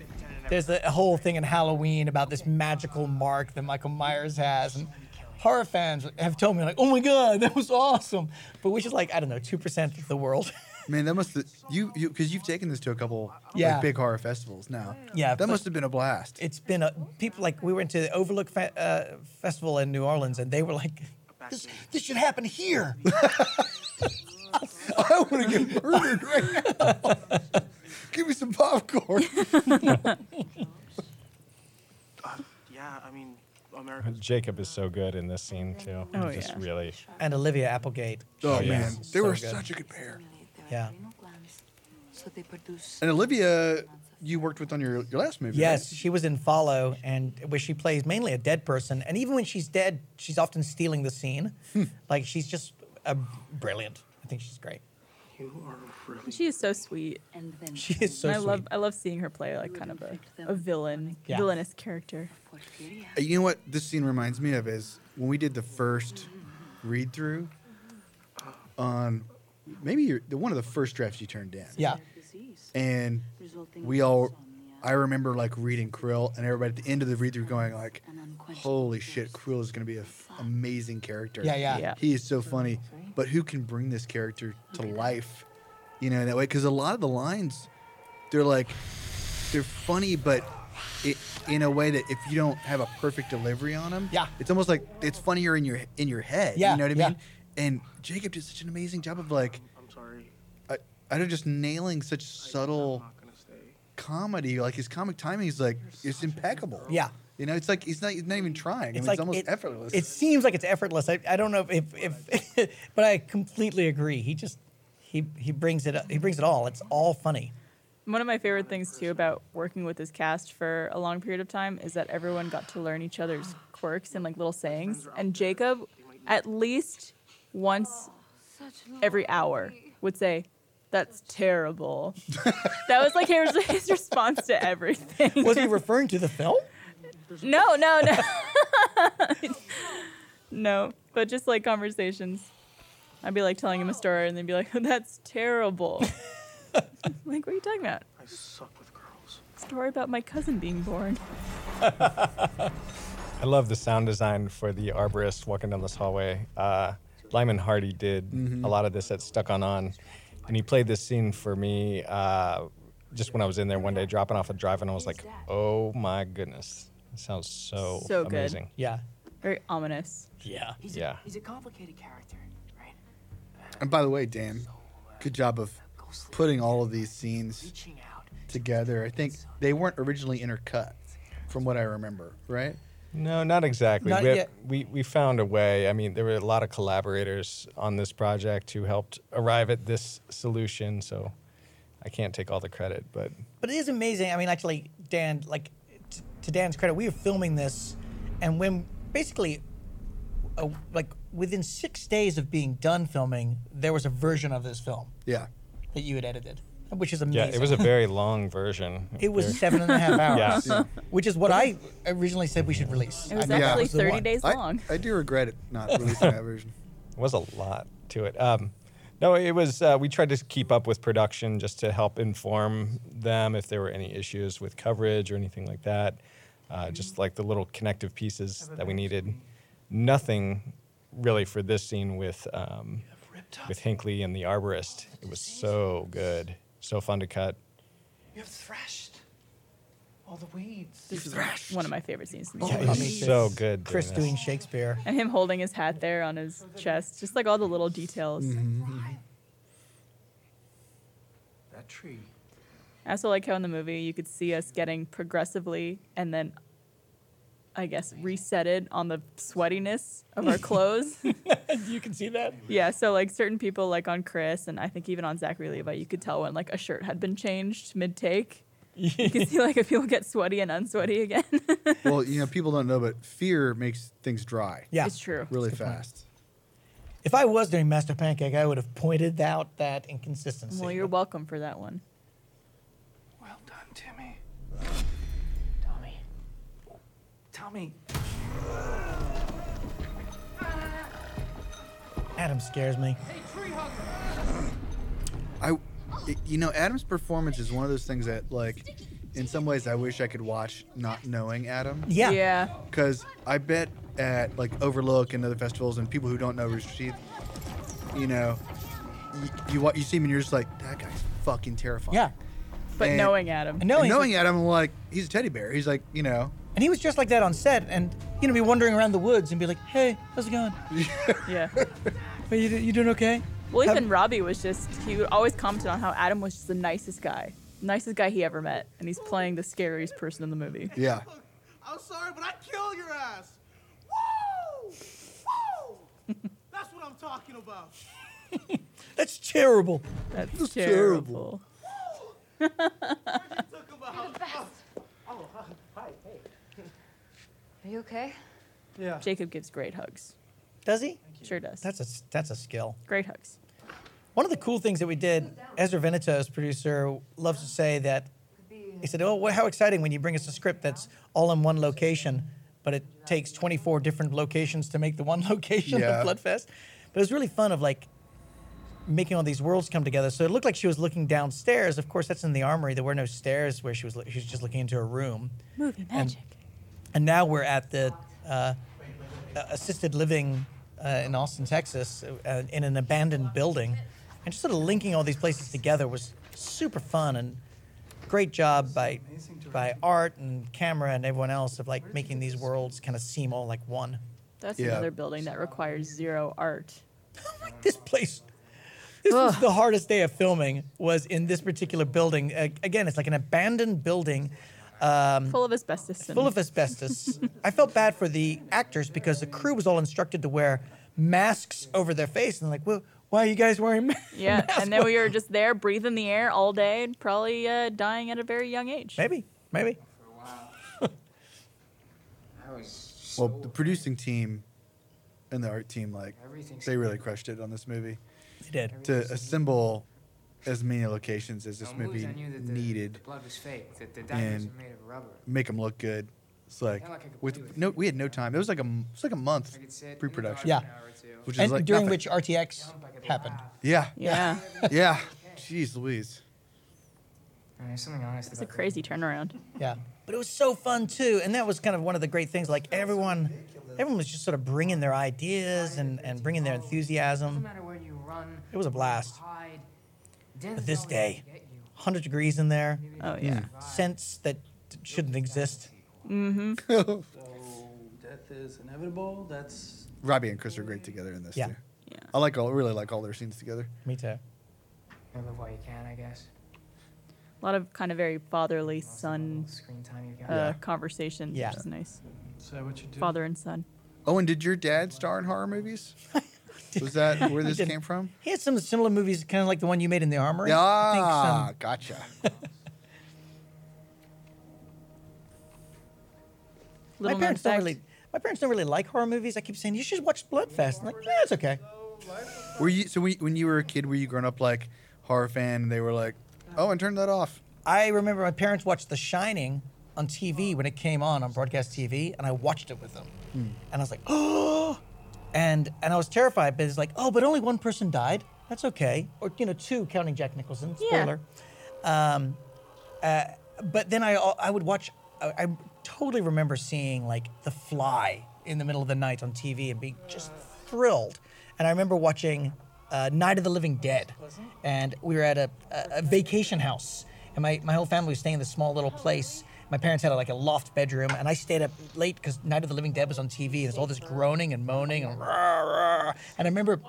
A: there's a whole thing in Halloween about this magical mark that Michael Myers has, and horror fans have told me like, "Oh my God, that was awesome!" But which is like I don't know, two percent of the world.
C: Man, that must you you because you've taken this to a couple
A: Yeah.
C: like, big horror festivals now.
A: Yeah,
C: that
A: but-
C: must have been a blast.
A: it's been a people like we went to the Overlook fe- uh, Festival in New Orleans, and they were like, "This, this should happen here."
C: I want to get murdered right now. Give me some popcorn.
K: Yeah, I mean,
D: Jacob is so good in this scene too.
B: Oh,
D: He's just
B: yeah.
D: really.
A: and Olivia Applegate.
C: Oh,
D: yeah.
C: man, they were
A: So good.
C: such a good pair.
A: Yeah.
C: And Olivia, you worked with on your, your last movie. right?
A: Yes, she was in Follow, and where she plays mainly a dead person. And even when she's dead, she's often stealing the scene.
C: Hmm.
A: Like she's just uh, brilliant. I think she's great.
B: She is so sweet.
F: and then
A: She is so
B: and I
A: sweet.
B: love I love seeing her play like kind of a, a villain,
A: Yeah.
B: villainous character.
F: Porphyria.
C: Uh, You know what this scene reminds me of is when we did the first read through on maybe your, the one of the first drafts you turned in.
A: yeah,
F: Disease.
C: And we all, I remember like reading Krill and everybody at the end of the read through going like, "Holy shit, Krill is going to be an amazing character.
A: Yeah, yeah.
B: Yeah.
C: He is so funny. But who can bring this character to life? You know that way because a lot of the lines, they're like, they're funny, but it in a way that if you don't have a perfect delivery on them,
A: Yeah.
C: it's almost like it's funnier in your in your head.
A: Yeah,
C: you know what I
A: yeah.
C: mean. And Jacob did such an amazing job of like,
K: I'm sorry.
C: I, I don't know, just nailing such subtle
K: gonna stay.
C: comedy. Like his comic timing is like it's impeccable.
A: yeah.
C: You know, it's like he's not he's not even trying. I mean,
A: like
C: it's almost
A: it-
C: effortless.
A: It seems like it's effortless. I, I don't know if, if, if but I completely agree. He just he he brings it he brings it all. It's all funny.
B: One of my favorite things too about working with this cast for a long period of time is that everyone got to learn each other's quirks and like little sayings. And Jacob, at least once every hour, would say, "That's terrible." that was like his, his response to everything.
A: Was he referring to the film?
B: No, no, no, no. But just like conversations. I'd be like telling him a story, and they'd be like, "That's terrible." like, what are you talking about?
K: I suck with girls.
B: Story about my cousin being born.
D: I love the sound design for the arborist walking down this hallway. Uh, Lyman Hardy did
C: Mhm.
D: a lot of this at Stuck On On, and he played this scene for me uh, just when I was in there one day dropping off a drive, and I was like, "Oh my goodness, it sounds so,
B: So good.
D: amazing."
A: Yeah,
B: Very ominous.
A: yeah,
J: He's
D: Yeah.
J: A, he's a complicated character, right?
C: And by the way, Dan, good job of putting all of these scenes
J: Reaching out.
C: together. I think they weren't originally intercut, from what I remember, right?
D: No, not exactly.
A: Not
D: we,
A: yet.
D: we we found a way. I mean, there were a lot of collaborators on this project who helped arrive at this solution. So I can't take all the credit, but
A: But it is amazing. I mean, actually, Dan, like t- to Dan's credit, we were filming this, and when basically, uh, like within six days of being done filming, there was a version of this film
C: Yeah.
A: that you had edited, which is
D: yeah,
A: amazing.
D: it was a very long version.
A: It was
D: Very-
A: seven and a half hours,
D: Yeah.
A: which is what I originally said we should release.
B: It was
A: I mean, that
B: actually
A: the
B: 30
A: one.
B: days
C: I,
B: long.
C: I do regret it not releasing that version.
D: It was a lot to it. Um, no, it was. Uh, we tried to keep up with production just to help inform them if there were any issues with coverage or anything like that. Uh, just like the little connective pieces that we needed. Nothing really for this scene with um, with Hinckley and the arborist. It was so good, so fun to cut.
I: You have thrashed all the weeds.
B: This is one of my favorite scenes. In the
A: Yeah,
D: It
B: movie.
D: was so good.
A: Chris
D: doing this.
A: doing Shakespeare.
B: And him holding his hat there on his chest, just like all the little details.
K: That tree.
B: I also like how in the movie you could see us getting progressively and then, I guess,
A: Oh,
B: resetted on the sweatiness of our clothes.
A: you can see that.
B: yeah, so like certain people, like on Chris and I think even on Zachary Levi, you could tell when like a shirt had been changed mid take. You can see like if people get sweaty and unsweaty again.
C: well, you know, people don't know, but fear makes things dry
A: Yeah.
B: It's true.
C: really fast.
A: If I was doing Master Pancake, I would have pointed out that inconsistency.
B: Well, you're welcome for that one.
J: Well done, Timmy. Tommy. Tommy.
A: Adam scares me.
C: I, it- you know, Adam's performance is one of those things that, like, in some ways, I wish I could watch not knowing Adam.
A: Yeah.
B: Yeah.
C: Because I bet at like Overlook and other festivals and people who don't know Rooster Teeth, you know, you you, wa- you see him and you're just like, that guy's fucking terrifying.
A: Yeah.
B: But
C: And-
B: knowing Adam.
A: And
C: And
A: knowing,
C: knowing Adam, I'm like, he's a teddy bear. He's like, you know,
A: and he was just like that on set, and you know, be wandering around the woods and be like, "Hey, how's it going?
B: Yeah.
A: Are you, you doing okay?"
B: Well,
A: Have-
B: even Robbie was just, he would always comment on how Adam was just the nicest guy, nicest guy he ever met. And he's playing the scariest person in the movie.
C: yeah.
G: Look, I'm sorry, but I kill your ass. Woo! Woo! That's what I'm talking about.
A: That's terrible.
B: That's, terrible.
C: terrible.
G: Talk about.
F: Are you okay?
H: Yeah.
B: Jacob gives great hugs.
A: Does he?
B: Sure does.
A: That's a s- that's a skill.
B: great hugs.
A: One of the cool things that we did, Ezra Veneto's producer loves to say that he said, "Oh, wha- how exciting when you bring us a script that's all in one location, but it takes 24 different locations to make the one location
C: Yeah.
A: of Bloodfest." But it was really fun of like making all these worlds come together. So it looked like she was looking downstairs. Of course, that's in the armory. There were no stairs where she was. Lo- she was just looking into a room.
B: Movie
A: magic. And now we're at the uh, uh, assisted living uh, in Austin, Texas, uh, in an abandoned building. And just sort of linking all these places together was super fun and great job by by art and camera and everyone else of like making these worlds kind of seem all like one.
B: That's
C: Yeah.
B: another building that requires zero art.
A: Like this place. This was the hardest day of filming was in this particular building. Uh, again, it's like an abandoned building.
B: Full of asbestos. And
A: Um, full of asbestos. I felt bad for the actors because the crew was all instructed to wear masks over their face, and like, well, why are you guys wearing masks?
B: Yeah. And then we were just there breathing the air all day and probably uh, dying at a very young age.
A: Maybe, maybe.
J: I was.
C: Well, the producing team and the art team, like,
J: Everything's-
C: they really crushed it on this movie.
A: They did.
C: To assemble as many locations as this movie
J: I knew that the,
C: needed,
J: the blood was fake, that the
C: and
J: diamonds were made of rubber.
C: make them look good. It's like
K: Hell, I could
C: with no, we had no time. It was like a m- it's like a month pre-production.
A: Yeah.
C: which is
A: and
C: like
A: during
C: nothing.
A: which RTX happened.
C: Yeah.
B: Yeah.
C: yeah. Jeez Louise.
J: something honest
B: It's a crazy turnaround.
A: Yeah. But it was so fun too, and that was kind of one of the great things. Like everyone, everyone was just sort of bringing their ideas and, and bringing their enthusiasm.
J: matter where you run,
A: It was a blast.
J: hide.
A: But this day, 100 degrees in there.
B: Oh,
A: Hmm.
B: yeah.
C: Hmm.
A: Scents that shouldn't exist.
B: Mm-hmm.
H: so Oh, death is inevitable. That's
C: Robbie and Chris are great together in this
A: Yeah.
C: too.
B: Yeah.
C: I like all really like all their scenes together.
A: Me too.
J: You live while you can, I guess.
B: A lot of kind of very fatherly son
J: Screen time you got.
B: uh, conversation,
A: Yeah.
B: which is nice.
H: is that what you do?
B: Father and son.
C: Owen, did your dad star in horror movies? Was that where this
A: didn't.
C: came from?
A: He had some similar movies, kind of like the one you made in the armory. I think some-
C: Ah, gotcha.
A: my
B: Little known
A: parents don't
B: fact.
A: really. My parents don't really like horror movies. I keep saying you should watch Bloodfest. And like, yeah, it's okay.
C: Were you so when you, when you were a kid? Were you growing up like horror fan? And they were like, "Oh, and turn that off."
A: I remember my parents watched The Shining on TV when it came on on broadcast TV, and I watched it with them. And I was like, oh, and and I was terrified, but it's like, oh, but only one person died. That's okay, or you know, two counting Jack Nicholson.
B: Yeah.
A: Spoiler. Um, uh, but then I I would watch. I, I totally remember seeing like The Fly in the middle of the night on TV and being just thrilled. And I remember watching uh, Night of the Living Dead, and we were at a, a, a vacation house, and my, my whole family was staying in this small little place. My parents had like a loft bedroom, and I stayed up late because Night of the Living Dead was on TV. There's all this groaning and moaning and rah, rah. And I remember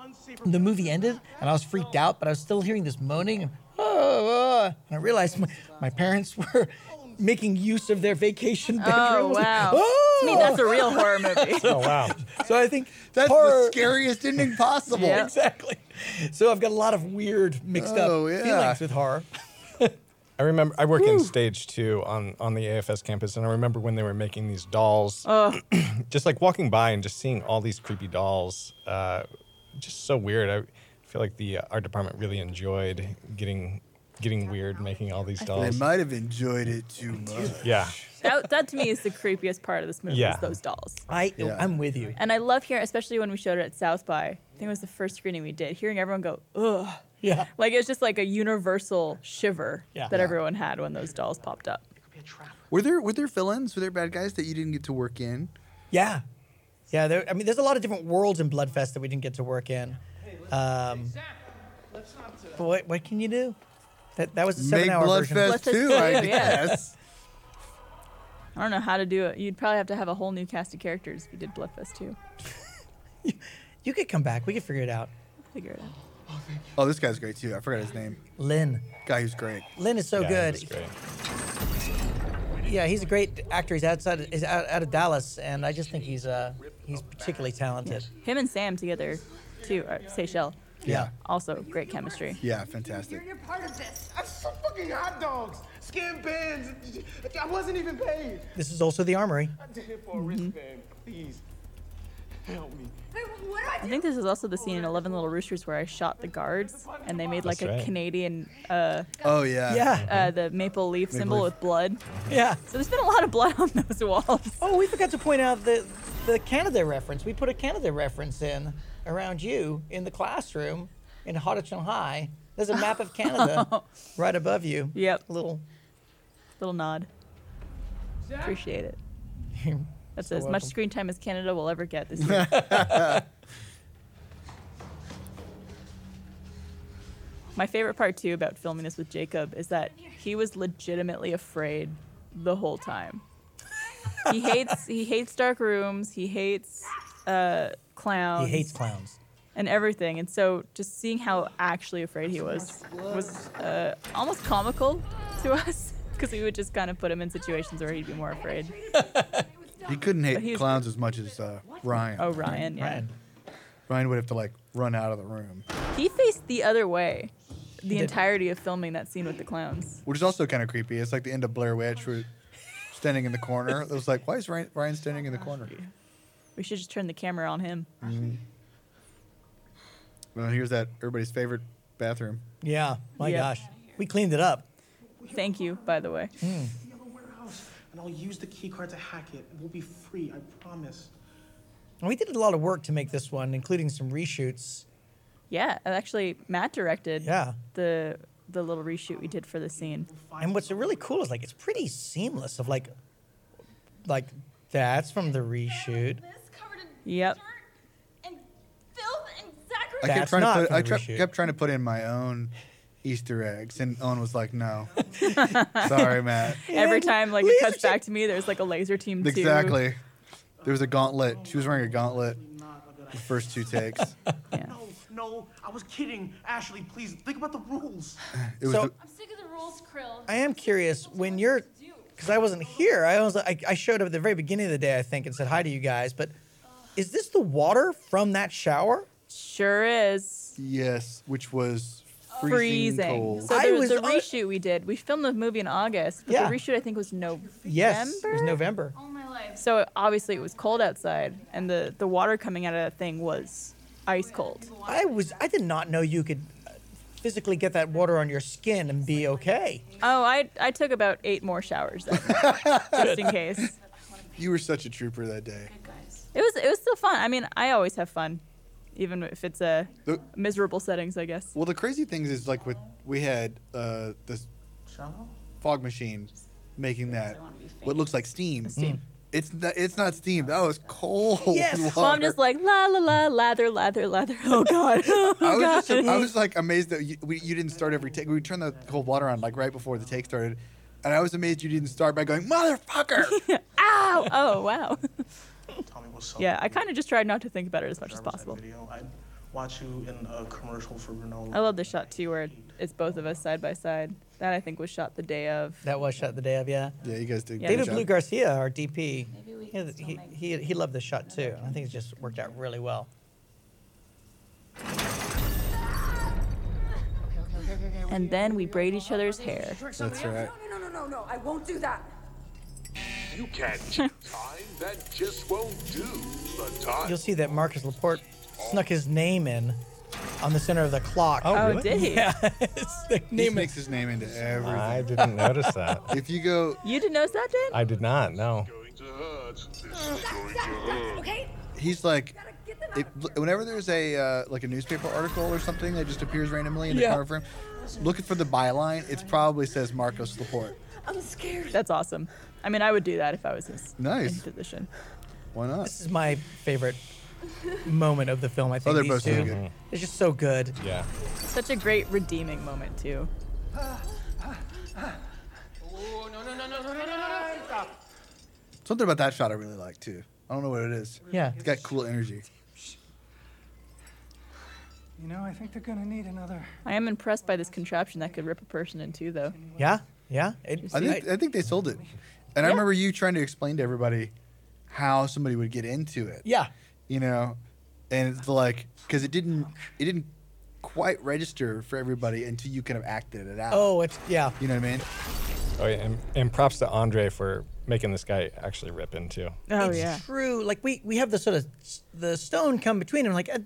A: the movie ended, and I was freaked out, but I was still hearing this moaning and "Ah, ah," and I realized my, my parents were making use of their vacation bedroom.
B: Oh, wow. To me, that's a real horror movie.
D: Oh wow.
A: so I think
C: That's
A: horror-
C: the scariest ending possible.
B: Yeah.
A: Exactly. So I've got a lot of weird mixed
C: Oh,
A: up
C: yeah.
A: feelings with horror.
D: I remember I worked in stage two on on the AFS campus, and I remember when they were making these dolls, just like walking by and just seeing all these creepy dolls, uh, just so weird. I feel like the uh, art department really enjoyed getting getting weird, making all these
C: They
D: dolls.
C: might have enjoyed it too much.
D: Yeah,
B: that, that to me is the creepiest part of this movie.
D: Yeah.
B: Is those dolls.
A: I
C: Yeah.
A: I'm with you.
B: And I love hearing, especially when we showed it at South by. I think it was the first screening we did. Hearing everyone go, ugh,
A: Yeah.
B: like it's just like a universal shiver
A: Yeah.
B: that
A: Yeah.
B: everyone had when those dolls popped up.
C: Were there were there villains? Were there bad guys that you didn't get to work in?
A: Yeah. Yeah, there, I mean, there's a lot of different worlds in Bloodfest that we didn't get to work in. Um, but what, what can you do? That, that was the
C: Make
A: seven-hour version.
C: Bloodfest
B: Bloodfest
C: too,
B: two,
C: I
B: yeah.
C: guess.
B: I don't know how to do it. You'd probably have to have a whole new cast of characters if you did Bloodfest too.
A: You could come back. We could figure it out.
B: Figure it out.
C: Oh, this guy's great too. I forgot his name.
A: Lynn.
C: Guy who's great.
A: Lynn is so
D: Yeah, it
A: good.
D: was great.
A: Yeah, he's a great actor. He's outside. He's out, out of Dallas, and I just think he's uh he's particularly talented.
B: Him and Sam together, too. Or Seychelles,
A: Yeah.
B: also great chemistry.
C: Yeah, fantastic.
G: You're part of this. I sold fucking hot dogs, skin pins. I wasn't even paid.
A: This is also the Armory.
G: I'm here for a
A: Mm-hmm.
G: wristband. Please help me.
B: I think this is also the scene in Eleven Little Roosters where I shot the guards, and they made like
D: That's
B: a
D: right.
B: Canadian, uh,
C: Oh yeah.
A: Yeah.
B: uh, the maple leaf symbol
C: leaf.
B: with blood.
A: Yeah.
B: So there's been a lot of blood on those walls.
A: Oh, we forgot to point out the the Canada reference. We put a Canada reference in around you in the classroom in Hodgson High. There's a map of Canada right above you.
B: Yep.
A: A little.
B: Little nod. Appreciate it. That's
A: So
B: as much
A: welcome.
B: screen time as Canada will ever get this year. My favorite part too about filming this with Jacob is that he was legitimately afraid the whole time. he hates he hates dark rooms. He hates uh,
A: He
B: clowns
A: hates clowns.
B: and everything. And so just seeing how actually afraid he was was uh, almost comical to us because we would just kind of put him in situations where he'd be more afraid.
C: He couldn't
B: But
C: hate
B: he's-
C: clowns as much as uh, Ryan.
B: Oh, Ryan, yeah.
A: Ryan.
C: Ryan would have to like run out of the room,
B: He faced the other way the
A: did.
B: entirety of filming that scene with the clowns.
C: which is also kind of creepy. It's like the end of Blair Witch, where standing in the corner. It was like, why is Ryan, Ryan standing in the corner?
B: We should just turn the camera on him.
C: Well, here's that everybody's favorite bathroom.
A: Yeah. My
B: Yep.
A: gosh. We cleaned it up. Mm.
B: Thank you, by the way.
G: and I'll use the keycard to hack it. We'll be free, I promise.
A: And we did a lot of work to make this one, including some reshoots.
B: Yeah, and actually, Matt directed.
A: Yeah.
B: The the little reshoot we did for the scene.
A: And what's really cool is like it's pretty seamless. Of like, like that's from the reshoot.
B: Yep.
C: I kept
A: That's
C: trying
A: not
C: to put.
A: from
C: I
A: the
C: tra-
A: reshoot.
C: kept trying to put in my own Easter eggs, and Owen was like, "No, sorry, Matt."
B: Every time like it cuts back to me, there's like a laser team. two.
C: Exactly. There was a gauntlet. She was wearing a gauntlet. The first two takes.
G: No, no, I was kidding. Ashley, please think about the rules.
C: It was
A: So-
C: the-
L: I'm sick of the rules, Krill.
A: I am curious when you're, because I wasn't here. I was I, I showed up at the very beginning of the day, I think, and said hi to you guys. But is this the water from that shower?
B: Sure is.
C: yes, which was freezing,
B: Freezing.
C: cold.
B: So
A: I
B: there was,
A: was
B: a
A: on-
B: reshoot we did. We filmed the movie in August, but
A: Yeah.
B: the reshoot I think was November.
A: Yes, it was November.
B: So obviously it was cold outside, and the the water coming out of that thing was ice cold.
A: I was I did not know you could uh, physically get that water on your skin and be okay.
B: Oh, I I took about eight more showers then, just in case.
C: you were such a trooper that day.
B: It was it was still fun. I mean, I always have fun, even if it's a
C: The-
B: miserable settings, I guess.
C: Well, the crazy things is like with we had uh, this fog machine making that what looks like steam. Mm. It's not, it's not steam. That was cold.
B: Yes. Well, I'm
C: water.
B: just like la la la lather lather lather. Oh god. Oh
C: I was,
B: god.
C: just, I was like amazed that you, we, you didn't start every take. We turned the cold water on like right before the take started, and I was amazed you didn't start by going motherfucker.
B: Ow! Oh wow.
G: Tommy was
B: Yeah, I kind of just tried not to think about it as much as possible.
G: video. I watch you in a commercial for granola.
B: I love this shot too, where it's both of us side by side. That I think was shot the day of.
A: That was shot the day of yeah.
C: yeah, you guys did. a good
A: David
C: job.
A: Blue Garcia, our DP, he, he, he, he loved this shot too. I think it just worked out really well.
B: And then we braid each other's hair.
C: That's right.
M: No, no, no, no, I won't do that.
N: You can't keep time. That just won't do the time.
A: You'll see that Marcus Laporte snuck his name in on the center of the clock.
B: Oh, Oh, really? did he?
A: Yeah, it's the
C: He
A: name.
C: makes his name into everything.
D: I didn't notice that.
C: If you go,
B: You didn't notice that, Dan?
D: I did not. No.
M: Okay?
C: he's like, if, whenever there's a uh, like a newspaper article or something that just appears randomly in the
B: Yeah.
C: cover frame, looking for the byline, it probably says Marcos Laporte.
B: I'm scared. That's awesome. I mean, I would do that if I was his
C: Nice.
B: in position.
C: Why not?
A: This is my favorite moment of the film. I think
C: Oh, they're
A: these
C: both
A: two.
C: really good.
A: They're just so good.
D: Yeah.
B: Such a great redeeming moment too.
E: Oh, no, no, no, no, no, no, no, no. Stop.
C: Something about that shot I really like too. I don't know what it is.
A: Yeah.
C: It's got cool energy.
K: You know, I think they're gonna need another.
B: I am impressed by this contraption that could rip a person in two, though.
A: Yeah. Yeah. It,
C: I think I think they sold it, and I remember you trying to explain to everybody how somebody would get into it.
A: Yeah.
C: You know, and it's like because it didn't it didn't quite register for everybody until you kind of acted it out.
A: Oh, it's yeah.
C: You know what I mean?
D: Oh yeah, and, and props to Andre for making this guy actually rip into.
B: Oh,
A: it's true. Like we we have the sort of s- the stone come between them. Like uh,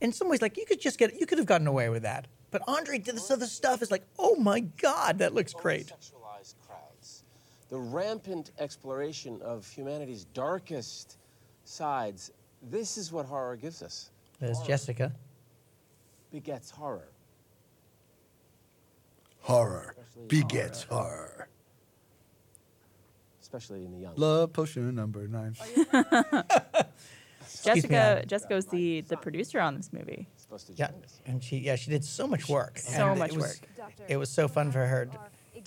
A: in some ways, like you could just get you could have gotten away with that. But Andre did this other stuff. It's like, oh my God, that looks great.
O: sexualized crowds, the rampant exploration of humanity's darkest sides. This is what horror gives us.
A: There's Jessica.
O: Begets horror.
C: Horror begets horror.
O: Especially in the young.
C: Love potion number nine.
O: Excuse me,
B: Jessica,
O: I'm-
B: Jessica was the the producer on this movie.
A: Yeah, and she yeah she did so much work.
B: So
A: and
B: much
A: it was,
B: work.
A: It was so fun for her to,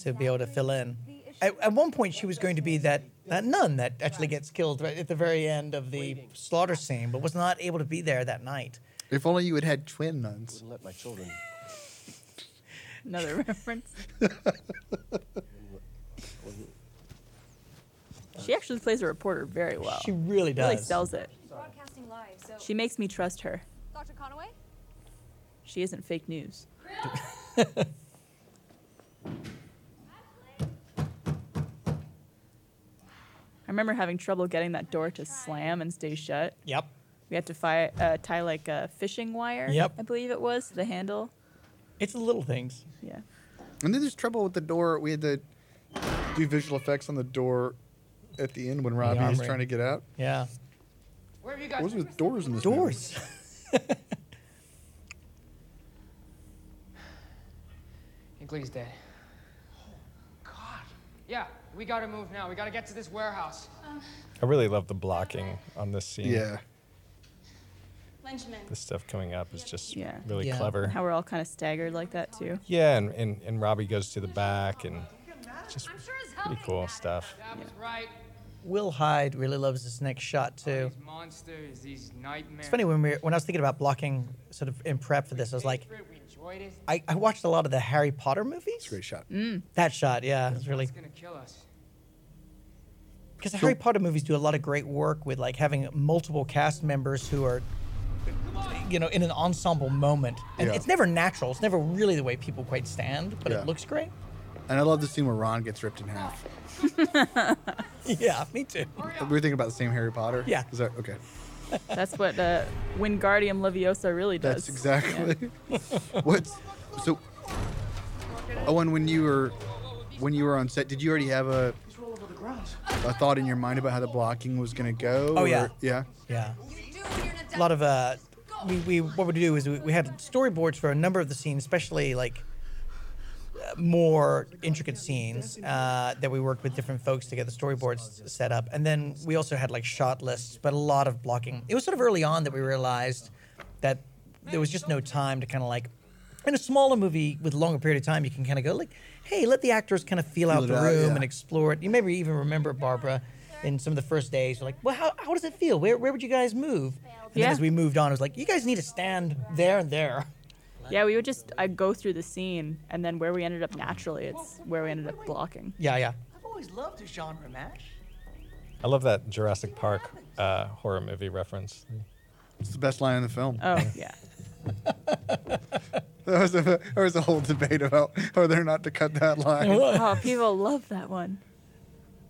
A: to be able to fill in. At, at one point, she was going to be that that nun that actually gets killed right at the very end of the slaughter scene, but was not able to be there that night.
C: If only you had had twin nuns.
O: Wouldn't let my children.
B: Another reference.
O: wouldn't-
B: She actually plays a reporter very well.
A: She really
B: Really
A: does.
B: sells it.
L: Broadcasting live, so
B: She makes me trust her.
L: Dr. Conaway?
B: She isn't fake news. I remember having trouble getting that door to slam and stay shut.
A: Yep.
B: We had to fi- uh, tie like a fishing wire.
A: Yep.
B: I believe it was to the handle.
A: It's the little things.
B: Yeah.
C: And then there's trouble with the door. We had to do visual effects on the door at the end when Robbie is
A: armory.
C: trying to get out?
A: Yeah.
J: Where have you guys
C: What's
J: been?
C: with doors in this? movie?
A: Doors.
J: Hinkley's dead. Oh, Yeah, we gotta move now. We gotta get to this warehouse.
D: I really love the blocking on this scene.
C: Yeah.
L: Lynchman.
D: The stuff coming up is just
B: Yeah.
D: really clever.
B: How we're all kind of staggered like that too.
D: Yeah, and, and, and Robbie goes to the back and just
J: I'm sure as
D: pretty cool stuff.
J: That was right.
A: Will Hyde really loves this next shot too.
J: These monsters, these nightmares.
A: It's funny when we were, when I was thinking about blocking sort of in prep for this, I was like,
J: We enjoyed it.
A: I, I watched a lot of the Harry Potter movies. It's a
C: great shot.
A: Mm. That shot, yeah, it's really
J: It's gonna kill us.
A: because the Harry Potter movies do a lot of great work with like having multiple cast members who are, you know, in an ensemble moment, and
C: Yeah.
A: it's never natural. It's never really the way people quite stand, but
C: Yeah.
A: it looks great.
C: And I love the scene where Ron gets ripped in half.
A: yeah, me too.
C: We're thinking about the same Harry Potter.
B: Yeah.
C: Is that okay?
B: That's what uh, Wingardium Leviosa really does.
C: That's exactly what's so. Owen, when you were when you were on set, did you already have a a thought in your mind about how the blocking was gonna go?
A: Oh, yeah.
C: yeah.
A: Yeah. A lot of uh, we, we what we do is we, we had storyboards for a number of the scenes, especially like uh, more intricate scenes uh, that we worked with different folks to get the storyboards set up, and then we also had like shot lists, but a lot of blocking. It was sort of early on that we realized that there was just no time to kind of like. In a smaller movie with a longer period of time, you can kind of go like, "Hey, let the actors kind of feel
C: Feel
A: out
C: it
A: the
C: out,
A: room
C: yeah.
A: and explore it." You maybe even remember Barbara in some of the first days. You're like, "Well, how, how does it feel? Where where would you guys move?" And then
B: Yeah.
A: as we moved on, it was like, "You guys need to stand there and there."
B: Yeah, we would just I go through the scene and then where we ended up naturally, it's where we ended up blocking.
A: Yeah, yeah.
P: I've always loved the genre, Mash.
D: I love that Jurassic Park uh, horror movie reference.
C: It's the best line in the film.
A: Uh,
B: Oh yeah.
C: There was a there was a whole debate about whether or not to cut that line.
B: oh, people love that one.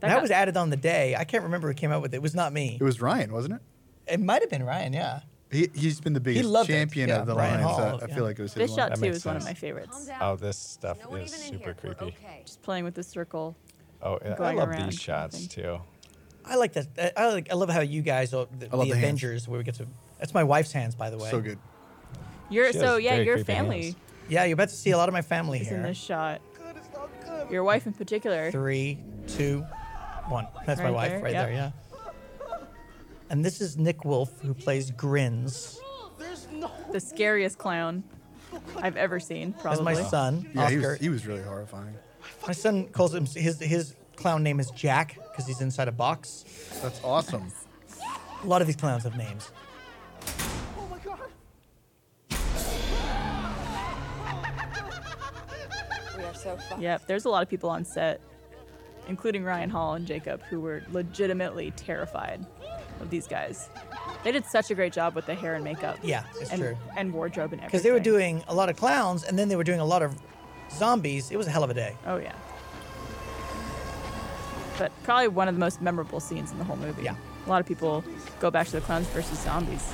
A: That, was added on the day. I can't remember who came up with it. It was not me.
C: It was Ryan, wasn't it?
A: It might have been Ryan. Yeah.
C: He he's been the biggest
A: loved it.
C: champion
A: Yeah,
C: of the
A: Brian
C: lines.
A: Hall,
C: I, I
A: yeah.
C: feel like it was his
B: This
C: line.
B: shot
C: That
B: too
C: makes
B: is one of
C: sense.
B: my favorites.
D: Oh, this stuff is super creepy.
B: Just playing with the circle.
D: Oh, yeah, I
B: Going
D: love
B: around
D: these shots too.
A: I like that. I- I like. I love how you guys are the,
D: I love
A: the
D: the hands.
A: Avengers, where we get to. That's my wife's hands, by the way.
C: So good.
B: Your
A: She
B: so
A: has
B: yeah,
A: very
B: your
A: creepy
B: family
A: hands. Yeah, you're about to see a lot of my family
B: is in
A: here.
B: this shot. Your wife in particular.
A: Three, two, one. That's my
B: Right
A: wife
B: there,
A: right
B: yep.
A: there. Yeah. And this is Nick Wolf, who plays Grins.
B: The scariest clown I've ever seen,
A: That's
B: probably.
A: my son,
C: Yeah, he
A: Oscar.
C: was, he was really horrifying.
A: My son calls him his his clown name is Jack because he's inside a box.
C: That's awesome.
A: A lot of these clowns have names.
G: Oh my god.
F: We are so fucked.
B: Yep, there's a lot of people on set, including Ryan Hall and Jacob, who were legitimately terrified of these guys. They did such a great job with the hair and makeup.
A: Yeah, it's
B: and,
A: true.
B: And wardrobe and everything.
A: Because they were doing a lot of clowns and then they were doing a lot of zombies. It was a hell of a day.
B: Oh yeah. But probably one of the most memorable scenes in the whole movie. Yeah. A lot of people go back to the clowns versus zombies.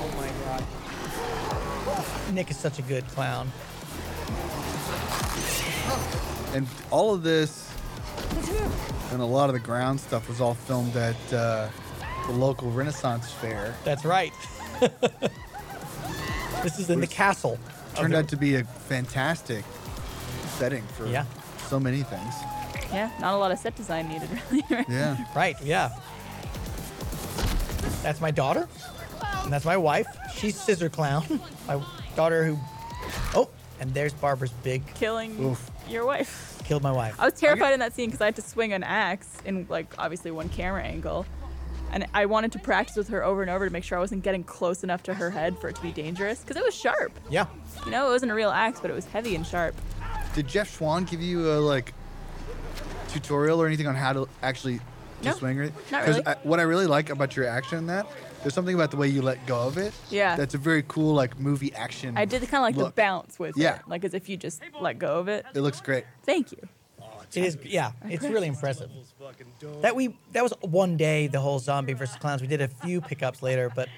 J: Oh my god.
A: Nick is such a good clown.
C: And all of this and a lot of the ground stuff was all filmed at uh, the local Renaissance fair.
A: That's right. this is in the castle. of
C: Turned
A: the-
C: out to be a fantastic setting for
A: Yeah.
C: so many things.
B: Yeah, not a lot of set design needed really. right?
C: Yeah.
A: Right, yeah. That's my daughter. And that's my wife. She's Scissor Clown. My daughter who. Oh, and there's Barbara's big.
B: Killing
A: Oof.
B: your wife.
A: Killed my wife.
B: I was terrified in that scene because I had to swing an axe in like obviously one camera angle. And I wanted to practice with her over and over to make sure I wasn't getting close enough to her head for it to be dangerous because it was sharp.
A: Yeah.
B: You know, it wasn't a real axe, but it was heavy and sharp.
C: Did Jeff Schwan give you a like tutorial or anything on how to actually
B: No,
C: just swing it?
B: not really.
C: I, what I really like about your action in that, there's something about the way you let go of it.
B: Yeah.
C: That's a very cool like movie action.
B: I did kind of like the
C: look.
B: bounce with
C: Yeah.
B: it, like as if you just let go of it.
C: It looks great.
B: Thank you.
A: It is, yeah, it's really impressive. That we that was one day the whole zombie versus clowns. We did a few pickups later, but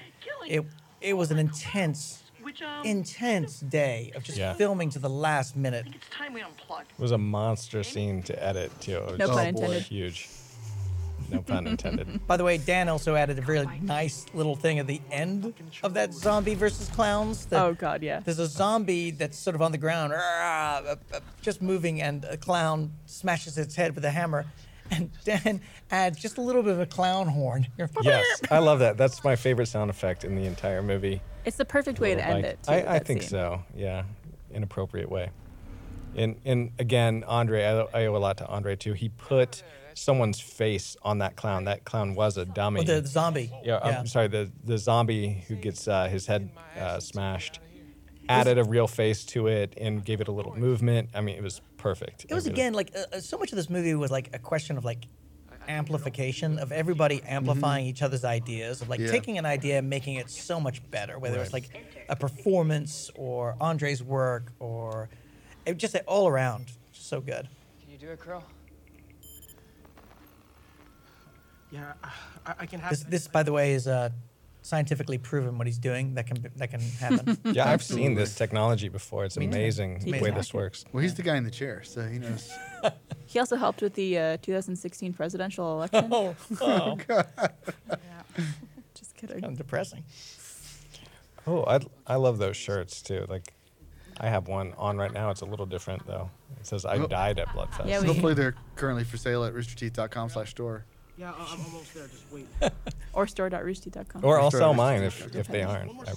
A: it it was an intense
J: job.
A: intense day of just
D: Yeah.
A: filming to the last minute.
J: It's time we unplugged.
D: It was a monster scene to edit too. It was
A: No pun
D: just
A: intended.
D: Huge. No pun intended.
A: By the way, Dan also added a really nice little thing at the end of that zombie versus clowns. That
B: Oh, God, yeah.
A: There's a zombie that's sort of on the ground, "Argh," uh, uh, just moving, and a clown smashes its head with a hammer. And Dan adds just a little bit of a clown horn.
D: yes, I love that. That's my favorite sound effect in the entire movie.
B: It's the perfect way to
D: Little
B: end
D: bite.
B: it. too,
D: I, I
B: that
D: think
B: scene.
D: so. Yeah, in appropriate way. And and again, Andre, I, I owe a lot to Andre too. He put someone's face on that clown. That clown was a dummy.
A: Well, the zombie.
D: Yeah,
A: Yeah.
D: I'm sorry. The the zombie who gets uh, his head uh, smashed added a real face to it and gave it a little movement. I mean, it was perfect.
A: It was
D: really-
A: again like uh, uh, so much of this movie was like a question of like amplification of everybody amplifying each other's ideas of like
D: Mm-hmm. Yeah.
A: taking an idea and making it so much better whether it's
D: Right.
A: like a performance or Andre's work or it just uh, all around just so good.
J: Can you do it, Krill?
P: Yeah, I, I can have.
A: This this by the way is uh, scientifically proven what he's doing that can that can happen.
D: Yeah, I've seen this technology before. It's
A: Me too.
D: amazing the
A: Me
D: way
A: too.
D: this works.
C: Well, he's the guy in the chair, so he knows.
B: He also helped with the uh, 2016 presidential election.
A: Oh, oh.
B: God. Just kidding.
A: Kind of depressing.
D: Oh, I I love those shirts too. Like, I have one on right now. It's a little different though. It says
A: Oh.
D: I
C: Well-
D: died at Bloodfest.
B: Oh, Yeah, we-
C: Hopefully, they're currently for sale at roosterteeth.com slash store.
P: Yeah, I- I'm almost there. Just wait.
B: Or store.roosty.com.
D: Or I'll
C: Store
D: sell
C: is-
D: mine if, if they aren't. I-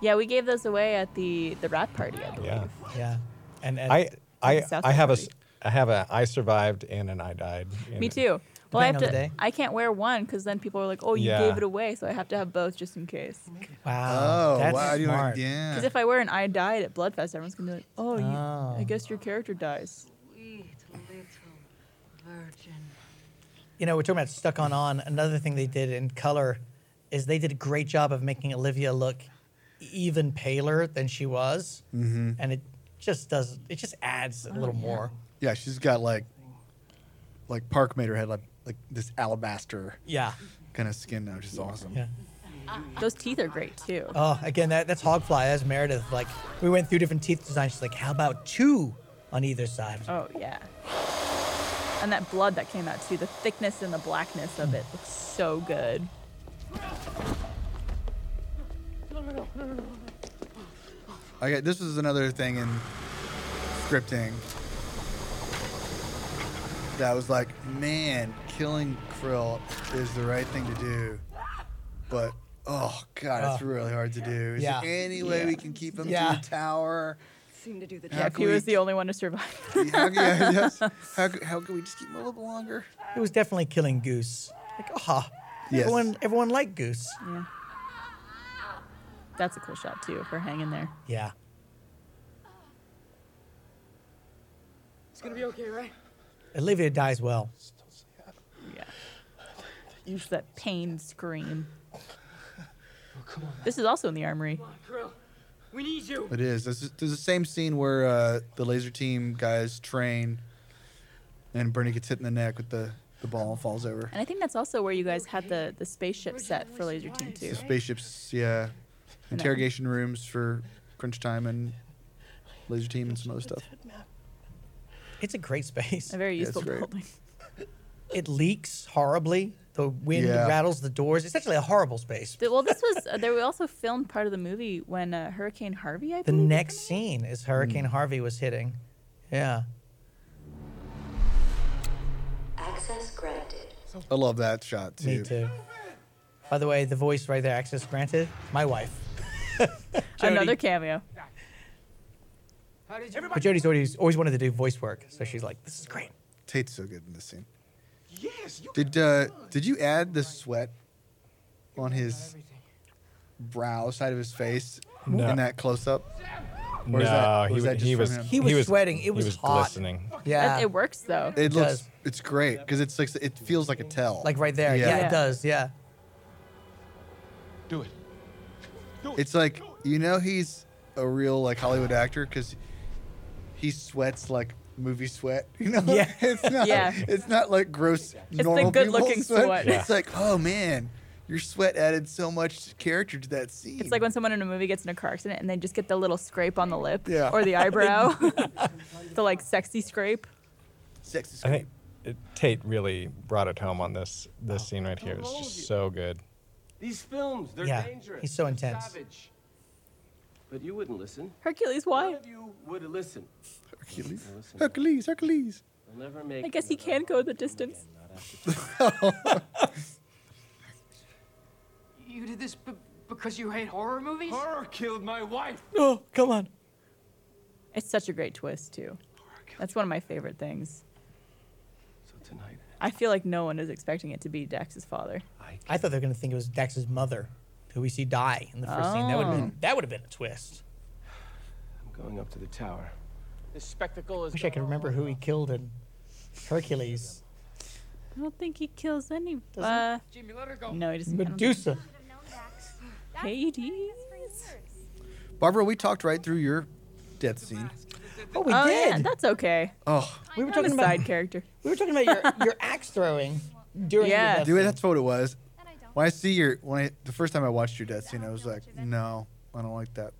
B: Yeah, we gave those away at the the rat party. I believe.
D: yeah.
A: Yeah, and, and
D: I I
B: South
D: I have a s-
B: Party.
D: I have a I survived and an I died. and
B: Me
D: it-
B: too. Well, I have
A: Depending on
B: to.
A: the day.
B: I can't wear one because then people are like, "Oh, you
D: Yeah.
B: gave it away," so I have to have both just in case.
A: Wow,
C: Oh,
A: that's
C: wow, you
A: smart.
C: went- yeah.
B: Because if I wear an "I died" at Bloodfest, everyone's gonna be like, "Oh, you, I
A: Oh.
B: guess your character dies."
Q: Sweet little virgin.
A: You know, we're talking about stuck on on. Another thing they did in color is they did a great job of making Olivia look e-, even paler than she was,
C: Mhm.
A: and it just does. It just adds a little more.
C: Yeah, she's got like, like Park made her head like like this alabaster.
A: Yeah.
C: Kind of skin now, which is awesome.
A: Yeah.
B: Those teeth are great too.
A: Oh, again, that, that's Hogfly. That's Meredith. Like we went through different teeth designs. She's like, how about two on either side?
B: Oh yeah. And that blood that came out too, the thickness and the blackness of it looks so good.
C: Okay, this is another thing in scripting that was like, man, killing Krill is the right thing to do, but oh god, it's
A: Oh.
C: really hard to do. Is
A: Yeah.
C: there any way we
A: Yeah.
C: can keep him
A: Yeah.
C: to the tower?
J: Seem to do the
C: How
B: Yeah, if
C: can
B: he was
C: we-
B: the only one to survive.
C: How, yeah, yes. how, c- how can we just keep him a little longer?
A: It was definitely killing Goose. Like, aha.
C: Yes.
A: Everyone, everyone liked Goose.
B: Yeah. That's a cool shot too, if we're hanging there.
A: Yeah.
J: It's gonna be okay, right?
A: Olivia dies well.
B: Yeah. Use that pain scream.
C: Oh,
B: This is also in the armory.
J: Krill, we need you.
C: It is. This is this is the same scene where uh, the laser team guys train, and Bernie gets hit in the neck with the the ball and falls over.
B: And I think that's also where you guys had the, the spaceship set for Laser Team
C: The
B: 2.
C: spaceships, yeah, interrogation rooms for crunch time and laser team and some other stuff.
A: It's a great space.
B: A very
C: Yeah, it's
B: useful
C: great.
B: building.
A: It leaks horribly. The wind
C: Yeah.
A: rattles the doors. It's actually a horrible space.
B: Th- Well, this was, uh, there we also filmed part of the movie when uh, Hurricane Harvey, I
A: The
B: believe.
A: next scene is Hurricane
C: Mm.
A: Harvey was hitting. Yeah.
Q: Access granted.
C: I love that shot too.
A: Me too. By the way, the voice right there, access granted, my wife. Jody.
B: Another cameo.
J: How did you?
A: But Jody's always, always wanted to do voice work, so she's like, this is great.
C: Tate's so good in this scene.
J: Yes, you.
C: Did uh, did you add the sweat on his brow side of his face
D: No.
C: in that close up?
D: No, he, w- he, was,
A: He was sweating. It was hot.
D: glistening.
A: Yeah.
B: That, it works though.
C: It, looks.
A: does.
C: It's great because it's like it feels like a tell.
A: Like right there. Yeah,
B: Yeah.
A: it does. Yeah.
C: Do it. It's like you know he's a real like Hollywood actor because he sweats like movie sweat. You know,
A: Yeah.
C: it's not.
B: Yeah.
C: It's not like gross
B: the
C: normal people
B: good-looking sweat.
C: It's like oh man, your sweat added so much character to that scene.
B: It's like when someone in a movie gets in a car accident and they just get the little scrape on the lip
C: Yeah.
B: or the eyebrow, the like sexy scrape.
C: Sexy
D: I think uh, Tate really brought it home on this this scene right here. It's just so good.
O: These films, they're
A: Yeah,
O: dangerous.
A: he's so
O: they're
A: intense.
O: Savage. But you wouldn't listen.
B: Hercules, why?
O: None of you would listen.
C: Hercules.
O: Listen,
C: Hercules, Hercules.
O: I'll never make.
B: I guess he can go the distance.
J: You did this b- because you hate horror movies?
O: Horror killed my wife.
A: Oh, come on.
B: It's such a great twist too. That's one of my favorite things.
O: So tonight,
B: I feel like no one is expecting it to be Dax's father.
A: I thought they were going to think it was Dax's mother, who we see die in the first scene. That would have been
B: Oh.
A: that would have been a twist.
O: I'm going up to the tower. This spectacle
A: Wish I could remember who he killed in Hercules.
B: I don't think he kills any.
A: Doesn't
B: Uh,
J: Jimmy, let her go.
B: no, he doesn't. I don't think-
A: Medusa.
B: Hades.
C: Barbara, we talked right through your death scene.
A: Oh, we
B: oh,
A: did.
B: Yeah, that's okay.
C: Oh,
A: we were
B: I'm a
A: talking about
B: side character.
A: we were talking about your, your axe throwing during
B: Yes.
A: your death
C: do it.
A: scene.
C: That's what it was. When I see your, when I the first time I watched your death scene, I was like, no, I don't like that.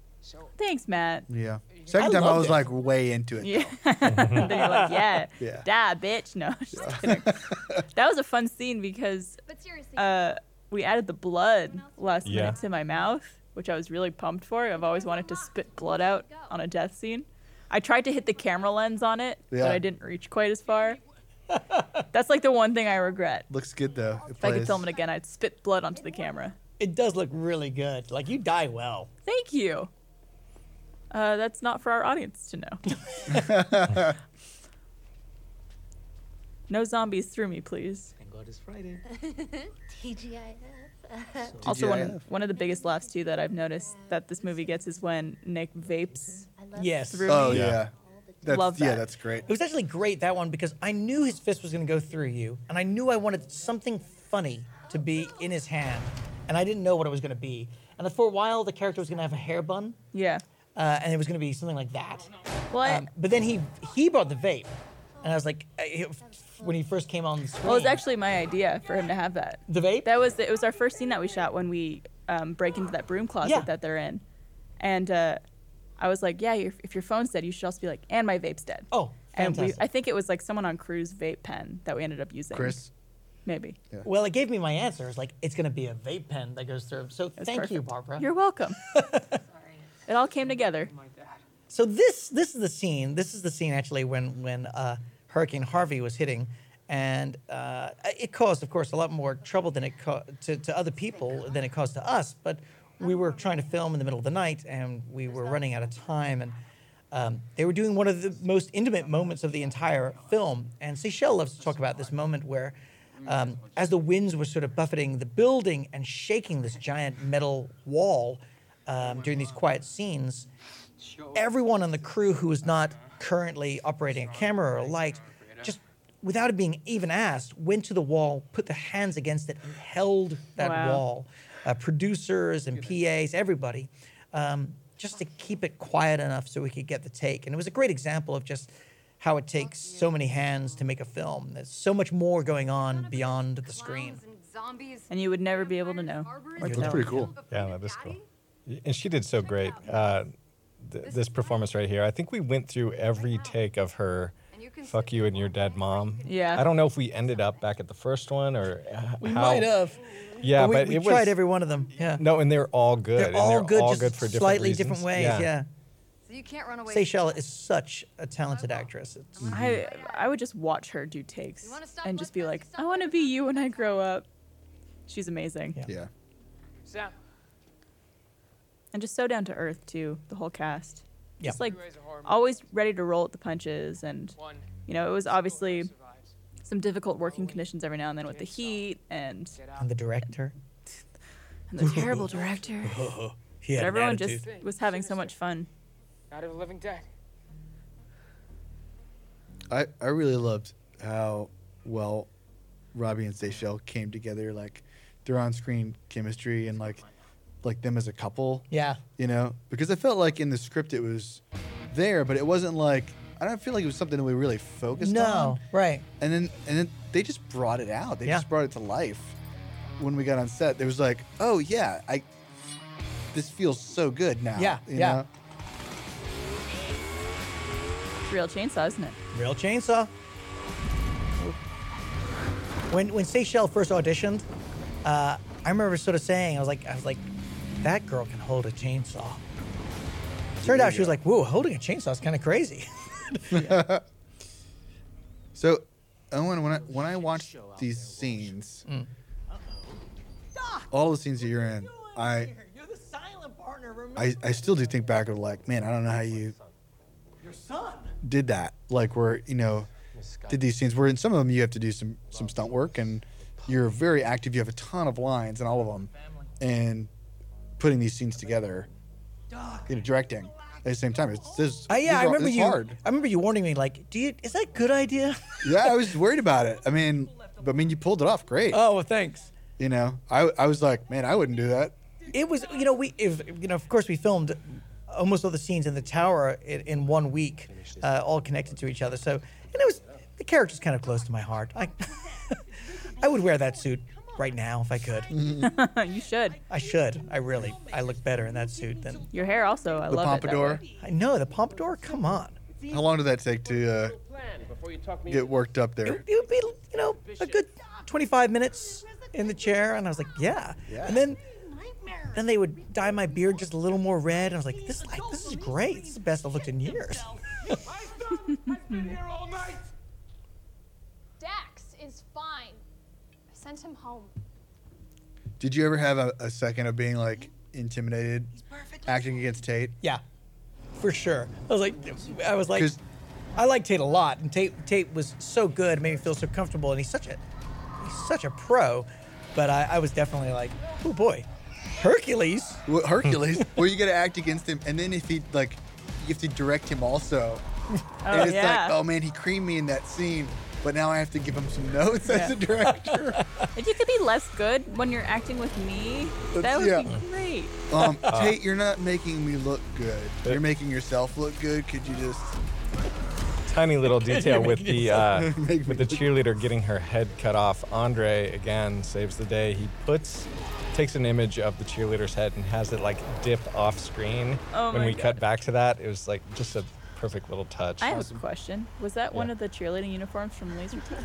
B: Thanks, Matt.
C: Yeah. Second time I
A: loved
C: was
A: it.
C: like way into it.
B: Yeah. then you're like, yeah,
C: Yeah.
B: die, bitch. No, just kidding. that was a fun scene because uh, we added the blood last
D: Yeah.
B: minute to my mouth, which I was really pumped for. I've always wanted to spit blood out on a death scene. I tried to hit the camera lens on it,
C: Yeah.
B: but I didn't reach quite as far. That's like the one thing I regret.
C: Looks good though. It
B: If I could
C: plays.
B: film it again, I'd spit blood onto the camera.
A: It does look really good. Like you die well.
B: Thank you. Uh, that's not for our audience to know. no zombies through me, please.
P: Thank God it's Friday.
Q: TGIF.
B: Also, one of,
C: TGIF.
B: one of the biggest laughs too that I've noticed that this movie gets is when Nick vapes.
A: Yes.
B: Through
C: Oh
B: me.
C: yeah. That's,
B: Love
C: Yeah,
B: that.
C: that's great.
A: It was actually great that one because I knew his fist was going to go through you, and I knew I wanted something funny to be in his hand, and I didn't know what it was going to be. And for a while, the character was going to have a hair bun,
B: Yeah.
A: uh, and it was going to be something like that.
B: What?
A: Um, but then he he brought the vape, and I was like, I- when he first came on the screen,
B: well, it was actually my idea for him to have that.
A: the vape.
B: That was it was our first scene that we shot when we um, break into that broom closet
A: Yeah.
B: that they're in, and uh, I was like, yeah, your, if your phone's dead, you should also be like, and my vape's dead.
A: oh,
B: And we,
A: fantastic.
B: I think it was like someone on crew's vape pen that we ended up using.
C: Chris.
B: Maybe.
A: well, it gave me my answer. It's like it's going to be a vape pen that goes through. So
B: That's
A: thank you,
B: perfect.
A: Barbara.
B: You're welcome. it all came together.
A: So this this is the scene. This is the scene actually when when uh, Hurricane Harvey was hitting, and uh, it caused, of course, a lot more trouble than it ca- to to other people than it caused to us. But we were trying to film in the middle of the night, and we were running out of time, and. Um, they were doing one of the most intimate moments of the entire film, and Seychelles loves to talk about this moment where, um, as the winds were sort of buffeting the building and shaking this giant metal wall um, during these quiet scenes, everyone on the crew who is not currently operating a camera or a light, just without it being even asked, went to the wall, put their hands against it, and held that
B: Wow.
A: wall. Uh, producers and PAs, everybody, um, just to keep it quiet enough so we could get the take. And it was a great example of just how it takes so many hands to make a film. There's so much more going on beyond the screen.
B: And you would never be able to know.
A: That's
C: That's pretty cool.
D: Yeah, that is cool. Y- And she did so great. Uh, th- this performance right here. I think we went through every take of her. Fuck you and your dead mom.
B: Yeah.
D: I don't know if we ended up back at the first one or uh,
A: We
D: how.
A: might have.
D: Yeah,
A: we,
D: but
A: we
D: it was
A: tried every one of them. Yeah.
D: No, and they're all good.
A: They're
D: and
A: all
D: they're
A: good,
D: all
A: just
D: good for different
A: slightly
D: reasons.
A: different ways. yeah.
F: So you can't run away.
A: Seychelles is such a talented actress. It's,
B: I, I would just watch her do takes and just be like, I want to be you when I grow up. She's amazing.
A: Yeah.
C: Yeah.
I: Sam,
B: And just so down to earth, too, the whole cast.
A: Yeah.
B: Just like always ready to roll at the punches. And, you know, it was obviously some difficult working conditions every now and then with the heat and,
A: and the director.
B: and the terrible director.
A: He
B: But
A: had an
B: everyone
A: attitude.
B: just was having so much fun.
I: out of the living dead.
C: I, I really loved how well Robbie and Seychelles came together, like their on screen chemistry and like like them as a couple.
A: Yeah.
C: You know? Because I felt like in the script it was there, but it wasn't like I don't feel like it was something that we really focused on.
A: No, right.
C: And then and then they just brought it out. They
A: Yeah.
C: just brought it to life. when we got on set, there was like, oh yeah, I. This feels so good now.
A: Yeah,
C: you
A: yeah.
C: know?
B: It's real chainsaw, isn't it?
A: Real chainsaw. When when Seychelle first auditioned, uh, I remember sort of saying, I was like, I was like, that girl can hold a chainsaw. Turned out she was like, whoa, holding a chainsaw is kind of crazy.
C: So, Owen, when I when I watch these scenes,
E: Mm.
C: all the scenes that you're in, I
E: You're the silent partner, remember?
C: I, I still do think back of like, man, I don't know how you
E: Your son.
C: did that. Like where you know did these scenes where in some of them you have to do some some stunt work and you're very active. You have a ton of lines in all of them, and putting these scenes together, you know, directing at the same time. It's this.
A: Uh, yeah,
C: these
A: I
C: are-
A: remember
C: it's
A: you.
C: hard.
A: I remember you warning me, like, "Do you? Is that a good idea?"
C: yeah, I was worried about it. I mean, but I mean, you pulled it off great.
A: Oh, well, thanks.
C: You know, I, I was like, man, I wouldn't do that.
A: It was, you know, we, if, you know, of course, we filmed almost all the scenes in the tower in, in one week, uh, all connected to each other. So, and it was the character's kind of close to my heart. I, I would wear that suit right now if I could.
B: you should.
A: I should. I really. I look better in that suit than
B: Your hair also. I
C: The
B: love
C: pompadour.
B: it.
A: I know the pompadour. Come on,
C: How long did that take to uh, get worked up there?
A: it would be, you know, a good 25 minutes in the chair, and I was like, yeah. And then, then they would dye my beard just a little more red, and I was like, this, like, this is great. This is the best I've looked in years.
L: Dax is fine. I sent him home.
C: Did you ever have a, a second of being like intimidated, acting against Tate?
A: Yeah, for sure. I was like, I was like, I like Tate a lot, and Tate Tate was so good, made me feel so comfortable, and he's such a he's such a pro. But I, I was definitely like, oh boy, Hercules.
C: Well, Hercules. Were you gonna act against him? And then if he like, you have to direct him also. and it's
B: yeah.
C: like, oh man, he creamed me in that scene, but now I have to give him some notes as a director.
B: If you could be less good when you're acting with me, that
C: That's-
B: would
C: yeah.
B: be great.
C: um, Tate, you're not making me look good. You're making yourself look good. Could you just?
D: tiny little detail with
C: Making
D: the
C: it
D: uh,
C: sound- Make
D: with the cheerleader getting her head cut off. Andre again saves the day. He puts takes an image of the cheerleader's head and has it like dip off screen.
B: Oh
D: when
B: my
D: we cut back to that, it was like just a perfect little touch.
B: I have a question. Was that one of the cheerleading uniforms from Lasertag?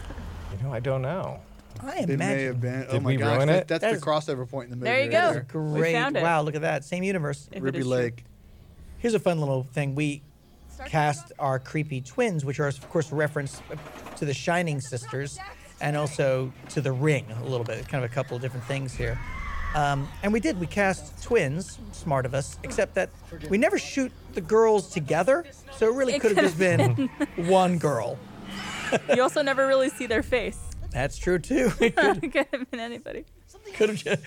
D: You know, I don't know.
A: I
C: It may have been. oh
D: Did
C: my
D: we
C: gosh,
D: ruin
C: that-
D: it?
C: that's
A: That is-
C: the crossover point in the movie.
B: There you go.
C: right there.
B: We
A: Great.
B: found it.
A: Wow, look at that. Same universe.
B: If it
C: Ruby
B: is true.
C: Lake.
A: Here's a fun little thing. We cast our creepy twins, which are, of course, a reference to the Shining sisters and also to the ring a little bit. Kind of a couple of different things here. Um, and we did. We cast twins, smart of us, except that we never shoot the girls together. So it really
B: It
A: could have just
B: could've
A: been one girl.
B: you also never really see their face.
A: That's true, too. It could,
B: It could have been anybody.
A: could have just.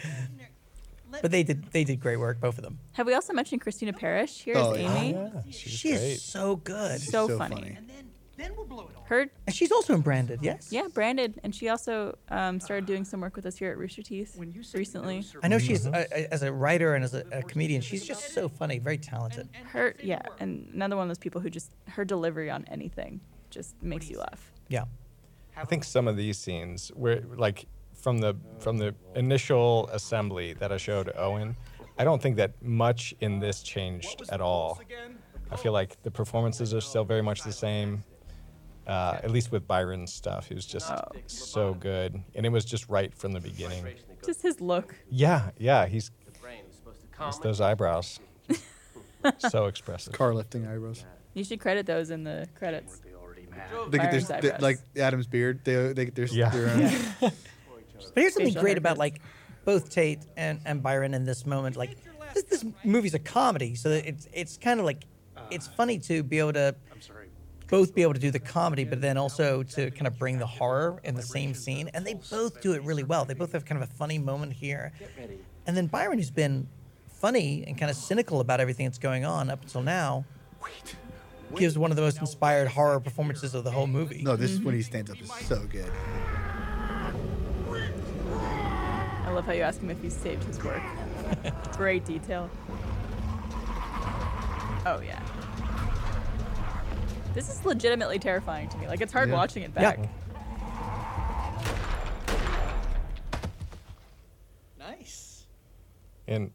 A: But they did. They did great work, both of them.
B: Have we also mentioned Christina Parrish here
A: Oh,
B: as
A: yeah.
B: Amy?
A: Oh, yeah. She was She is great. so good. She's
B: So,
A: so
B: funny.
A: funny.
B: Her,
A: And she's also in Branded, yes.
B: yeah, branded, and she also um, started doing some work with us here at Rooster Teeth recently.
A: I know she's uh, as a writer and as a, a comedian, she's just so funny, very talented.
B: her, yeah, and another one of those people who just her delivery on anything just makes you laugh.
A: Yeah.
D: I think some of these scenes where like from the from the initial assembly that I showed Owen, I don't think that much in this changed at all. I feel like the performances are still very much the same. Uh, at least with Byron's stuff, he was just so good, and it was just right from the beginning.
B: Just his look.
D: Yeah, yeah, he's
I: Brain is supposed to
D: it's those eyebrows, so expressive.
C: Car lifting eyebrows.
B: You should credit those in the credits.
C: They get
B: Byron's
C: their,
B: eyebrows.
C: like Adam's beard. They they get their,
D: Yeah.
C: their um, own.
A: But here's something
B: Facial
A: great about like both Tate and, and Byron in this moment. Like this, this movie's a comedy, so that it's it's kind of like it's funny to be able to both be able to do the comedy, but then also to kind of bring the horror in the same scene. And they both do it really well. They both have kind of a funny moment here, and then Byron, who's been funny and kind of cynical about everything that's going on up until now, gives one of the most inspired horror performances of the whole movie.
C: No, this is when he
B: Mm-hmm.
C: stands up is so good.
B: I love how you ask him if he saved his work. Great detail. Oh yeah. This is legitimately terrifying to me. Like it's hard
C: Yeah.
B: watching it
A: Yeah.
B: back.
D: And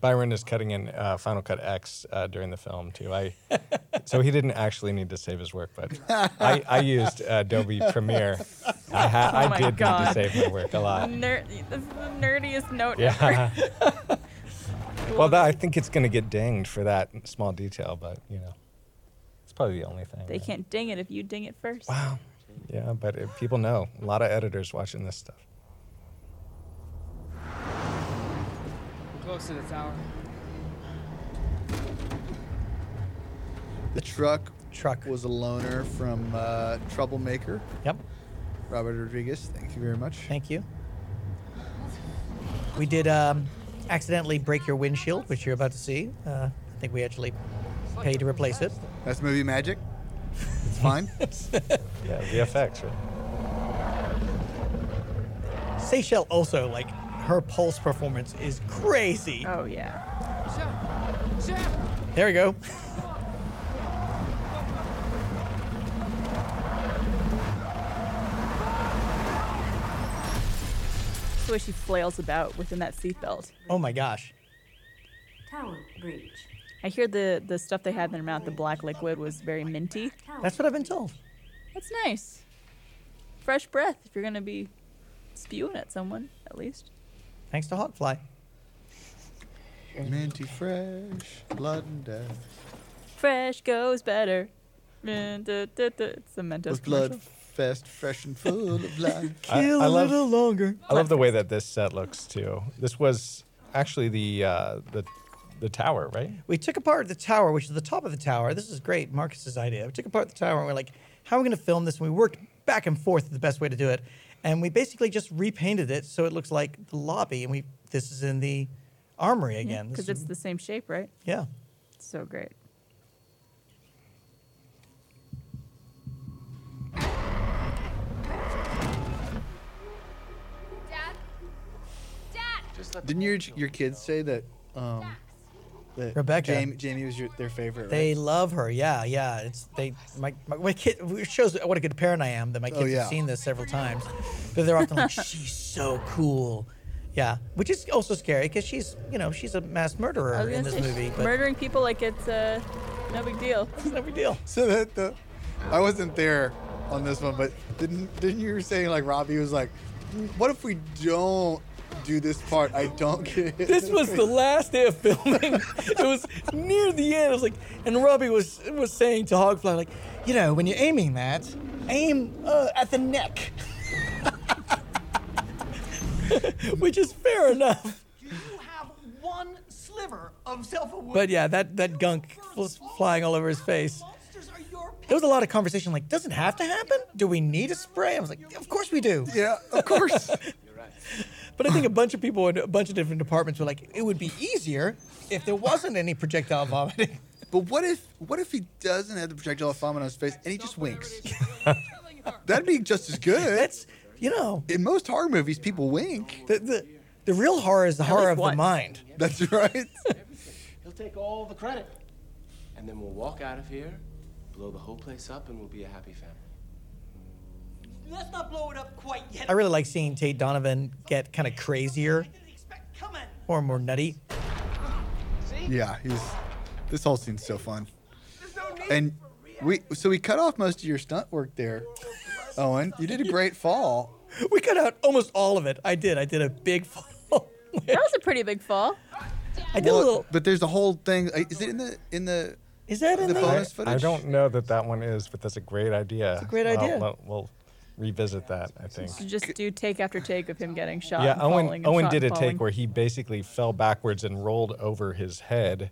D: Byron is cutting in uh, Final Cut X uh, during the film too. I so he didn't actually need to save his work, but I, I used uh, Adobe Premiere. I, ha-
B: Oh my
D: I did need
B: God.
D: to save my work a lot.
B: Ner- the, the nerdiest note
D: Yeah.
B: ever.
D: well, that, I think it's going to get dinged for that small detail, but you know, it's probably the only thing.
B: They can't ding it if you ding it first.
D: Wow. Yeah, but it, people know a lot of editors watching this stuff.
R: We're close to the tower.
C: The truck truck was a loner from uh, Troublemaker.
A: Yep.
C: Robert Rodriguez. Thank you very much.
A: Thank you. We did um, accidentally break your windshield, which you're about to see. Uh, I think we actually paid to replace it.
C: That's movie magic. It's fine.
D: Yeah, VFX, right?
A: Seychelle also like her pulse performance is crazy.
B: Oh yeah.
A: There we go.
B: It's the way she flails about within that seatbelt.
A: Oh my gosh.
B: Tower breach. I hear the the stuff they had in their mouth, the black liquid, was very minty.
A: That's what I've been told.
B: That's nice. Fresh breath if you're gonna be spewing at someone, at least.
A: Thanks to Hawkfly.
C: Minty fresh, blood and death.
B: Fresh goes better. Dun, dun, dun, dun. It's the Mentos
C: With blood
B: commercial.
C: fest, fresh and full of blood.
D: I- I love-
A: longer.
D: I love the way that this set looks too. This was actually the uh, the the tower, right?
A: We took apart the tower, which is the top of the tower. This is great, Marcus's idea. We took apart the tower and we're like, how are we going to film this? And we worked back and forth the best way to do it. And we basically just repainted it so it looks like the lobby. And we this is in the armory again. This
B: Because
A: is-
B: it's the same shape, right?
A: yeah.
B: So great.
C: Didn't your your kids say that? Um, that
A: Rebecca.
C: Jamie, Jamie was your, their favorite.
A: They
C: right?
A: love her. Yeah, yeah. It's they. My my, my kid it shows what a good parent I am that my
C: Oh,
A: kids
C: yeah.
A: have seen this several times, but they're often like, she's so cool. Yeah, which is also scary because she's you know she's a mass murderer
B: I was
A: in
B: gonna
A: this
B: say,
A: movie. But
B: Murdering people like it's uh, no big deal.
A: no big deal.
C: So that the, I wasn't there on this one, but didn't didn't you were saying like Robbie was like, "Mm, what if we don't do this part? I don't get it.
A: This was the last day of filming. it was near the end. I was like, and Robbie was was saying to Hogfly, like, you know, when you're aiming that, aim uh, at the neck, which is fair enough.
G: You have one sliver of self-awareness.
A: But yeah, that that gunk was flying all over his face. There was a lot of conversation like, doesn't have to happen. Do we need a spray? I was like, of course we do.
C: Yeah, of course.
A: but I think a bunch of people in a bunch of different departments were like, it would be easier if there wasn't any projectile vomiting.
C: But what if what if he doesn't have the projectile vomit on his face and he just winks? That'd be just as good.
A: That's you know.
C: In most horror movies, people wink.
A: The the, the real horror is the horror of the mind.
C: That's right.
O: He'll take all the credit. And then we'll walk out of here, blow the whole place up, and we'll be a happy family.
E: Let's not blow it up quite yet.
A: I really like seeing Tate Donovan get kind of crazier or more nutty.
E: See?
C: Yeah, he's. This whole scene's so fun. And we so we cut off most of your stunt work there, Owen. You did a great fall.
A: We cut out almost all of it. I did. I did a big fall.
B: That was a pretty big fall.
A: I did a little.
C: But there's a whole thing. I- Is it in the in the?
A: Is that in
C: the
A: there?
C: bonus
D: I
C: footage?
D: don't know that that one is, but that's a great idea. It's a
A: great idea.
D: We'll, we'll revisit that. I think.
B: You just do take after take of him getting shot.
D: Yeah,
B: and falling
D: Owen.
B: and
D: Owen
B: shot
D: did a
B: and falling.
D: take where he basically fell backwards and rolled over his head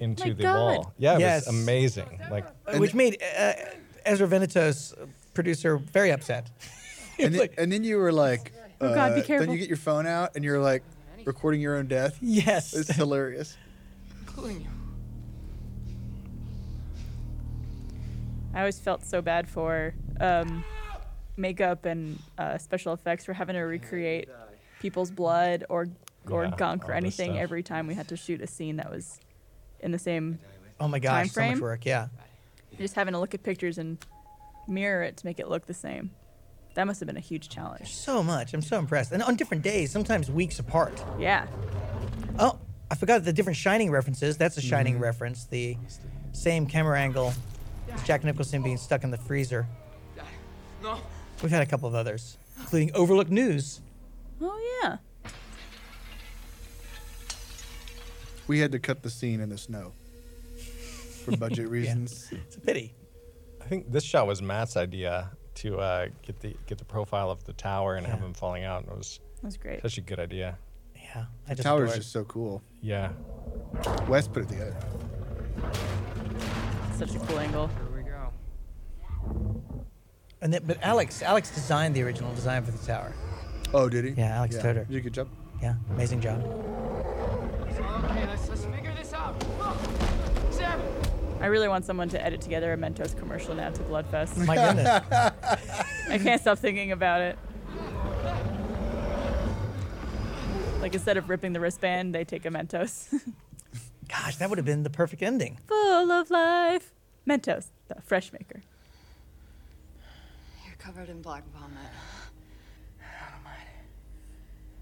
D: into
B: My
D: the
B: God.
D: wall. Yeah, it
A: Yes.
D: was amazing. Like,
A: Which made uh, Ezra Veneto's producer very upset.
C: And then, and then you were like,
A: Oh, God, be
C: uh, Then
A: careful.
C: you get your phone out and you're like recording your own death.
A: Yes.
C: It's hilarious.
P: Including you.
B: I always felt so bad for um, makeup and uh, special effects for having to recreate people's blood or or
A: Yeah,
B: gunk
A: all
B: or
A: this
B: anything
A: stuff.
B: every time we had to shoot a scene that was in the same.
A: Oh my
B: time
A: gosh, so much
B: frame.
A: work. Yeah.
B: Just having to look at pictures and mirror it to make it look the same. That must have been a huge challenge.
A: So much. I'm so impressed. And on different days, sometimes weeks apart.
B: Yeah.
A: Oh, I forgot the different Shining references. That's a Shining
C: Mm-hmm.
A: reference. The same camera angle. as Jack Nicholson being stuck in the freezer.
P: No.
A: We've had a couple of others, including Overlook News.
B: Oh yeah.
C: We had to cut the scene in the snow for budget reasons.
A: It's a pity.
D: I think this shot was Matt's idea to uh, get the get the profile of the tower and have him falling out, and it was
B: That's great.
D: such a good idea.
A: Yeah,
C: The tower is just so cool.
D: Yeah.
C: Wes put it together.
B: Such a cool angle.
R: Here we go.
A: And then, but Alex, Alex designed the original design for the tower.
C: Oh, did he?
A: Yeah, Alex
C: Yeah.
A: Toder.
C: Did a good job.
A: Yeah, amazing job.
R: Okay, let's, let's figure this out. Look, Sam,
B: I really want someone to edit together a Mentos commercial now to Bloodfest.
A: My goodness.
B: I can't stop thinking about it. Like instead of ripping the wristband, they take a Mentos.
A: Gosh, that would have been the perfect ending.
B: Full of life. Mentos, the fresh maker.
F: You're covered in black vomit.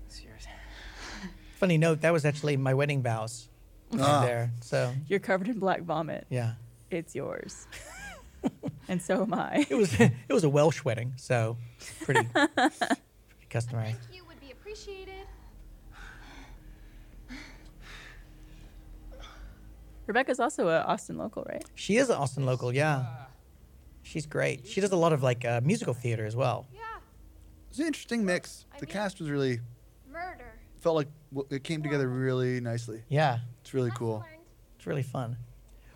R: it's yours.
A: Funny note, that was actually my wedding vows. right
C: Ah.
A: There. So,
B: You're covered in black vomit.
A: yeah.
B: It's yours. and so am I.
A: It was it was a Welsh wedding, so pretty, pretty customary.
L: You would be appreciated.
B: Rebecca's also a Austin local, right?
A: She is an Austin local, yeah. She's great. She does a lot of like uh, musical theater as well.
C: It's an interesting mix. The cast was really
L: Murder.
C: felt like w- it came together really nicely.
A: Yeah,
C: It's really cool.
A: it's really fun.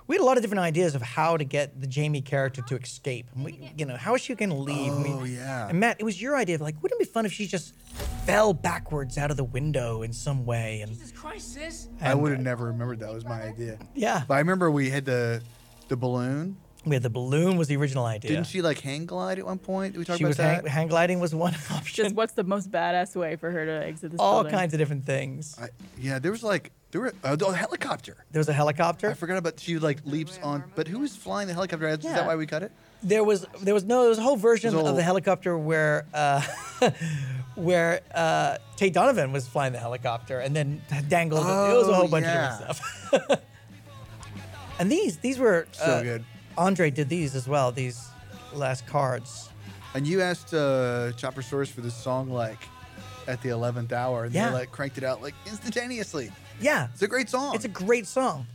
A: We had a lot of different ideas of how to get the Jamie character to escape. And we, you know, how is she going to leave? And we-
C: Oh yeah.
A: And Matt, it was your idea of like, wouldn't it be fun if she just fell backwards out of the window in some way? And
R: Jesus Christ, sis.
C: I would have never remembered that was my idea.
A: yeah,
C: But I remember we had the the balloon.
A: we had the balloon was the original idea.
C: Didn't she like hang glide at one point? Did we talk
A: She
C: about
A: was
C: that?
A: hang, hang gliding was one option.
B: Just what's the most badass way for her to exit this
A: All
B: building?
A: kinds of different things.
C: I, yeah, there was like there were uh, the helicopter.
A: There was a helicopter.
C: I forgot about she like leaps on. But who was flying the helicopter? Is
B: Yeah.
C: that why we cut it?
A: There was there was no there was a whole version
C: There's a
A: of the
C: whole-
A: helicopter where uh, where uh, Tate Donovan was flying the helicopter and then dangled. it was a
C: Oh,
A: whole bunch
C: yeah.
A: of different stuff. and these these were
C: So
A: uh,
C: good.
A: Andre did these as well. These last cards.
C: And you asked uh, Chopper Source for this song like at the eleventh hour, and
A: Yeah.
C: they like cranked it out like instantaneously.
A: Yeah,
C: It's a great song.
A: it's a great song.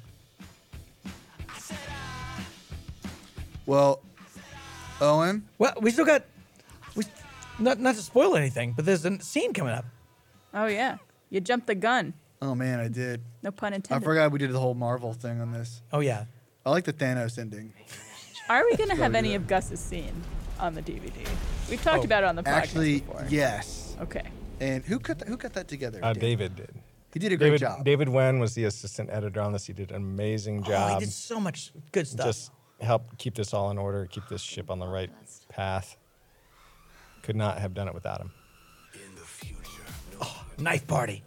C: well, Owen.
A: Well, we still got we not not to spoil anything, but there's a scene coming up.
B: Oh yeah. You jumped the gun.
C: Oh man, I did.
B: No pun
C: I
B: intended.
C: forgot we did the whole Marvel thing on this.
A: Oh yeah,
C: I like the Thanos ending.
B: Are we gonna have
C: Sorry,
B: any
C: yeah.
B: of Gus's scene on the DVD? We've talked about it on the podcast
C: Actually,
B: before.
C: yes.
B: Okay.
C: And who cut that, who cut that together?
D: Uh,
C: Dan?
D: David did.
C: He did a great
D: David,
C: job.
D: David Wen was the assistant editor on this. He did an amazing
A: oh, he
D: job.
A: did so much good stuff.
D: Just helped keep this all in order, keep this ship on the right path. Could not have done it without him.
A: Knife party.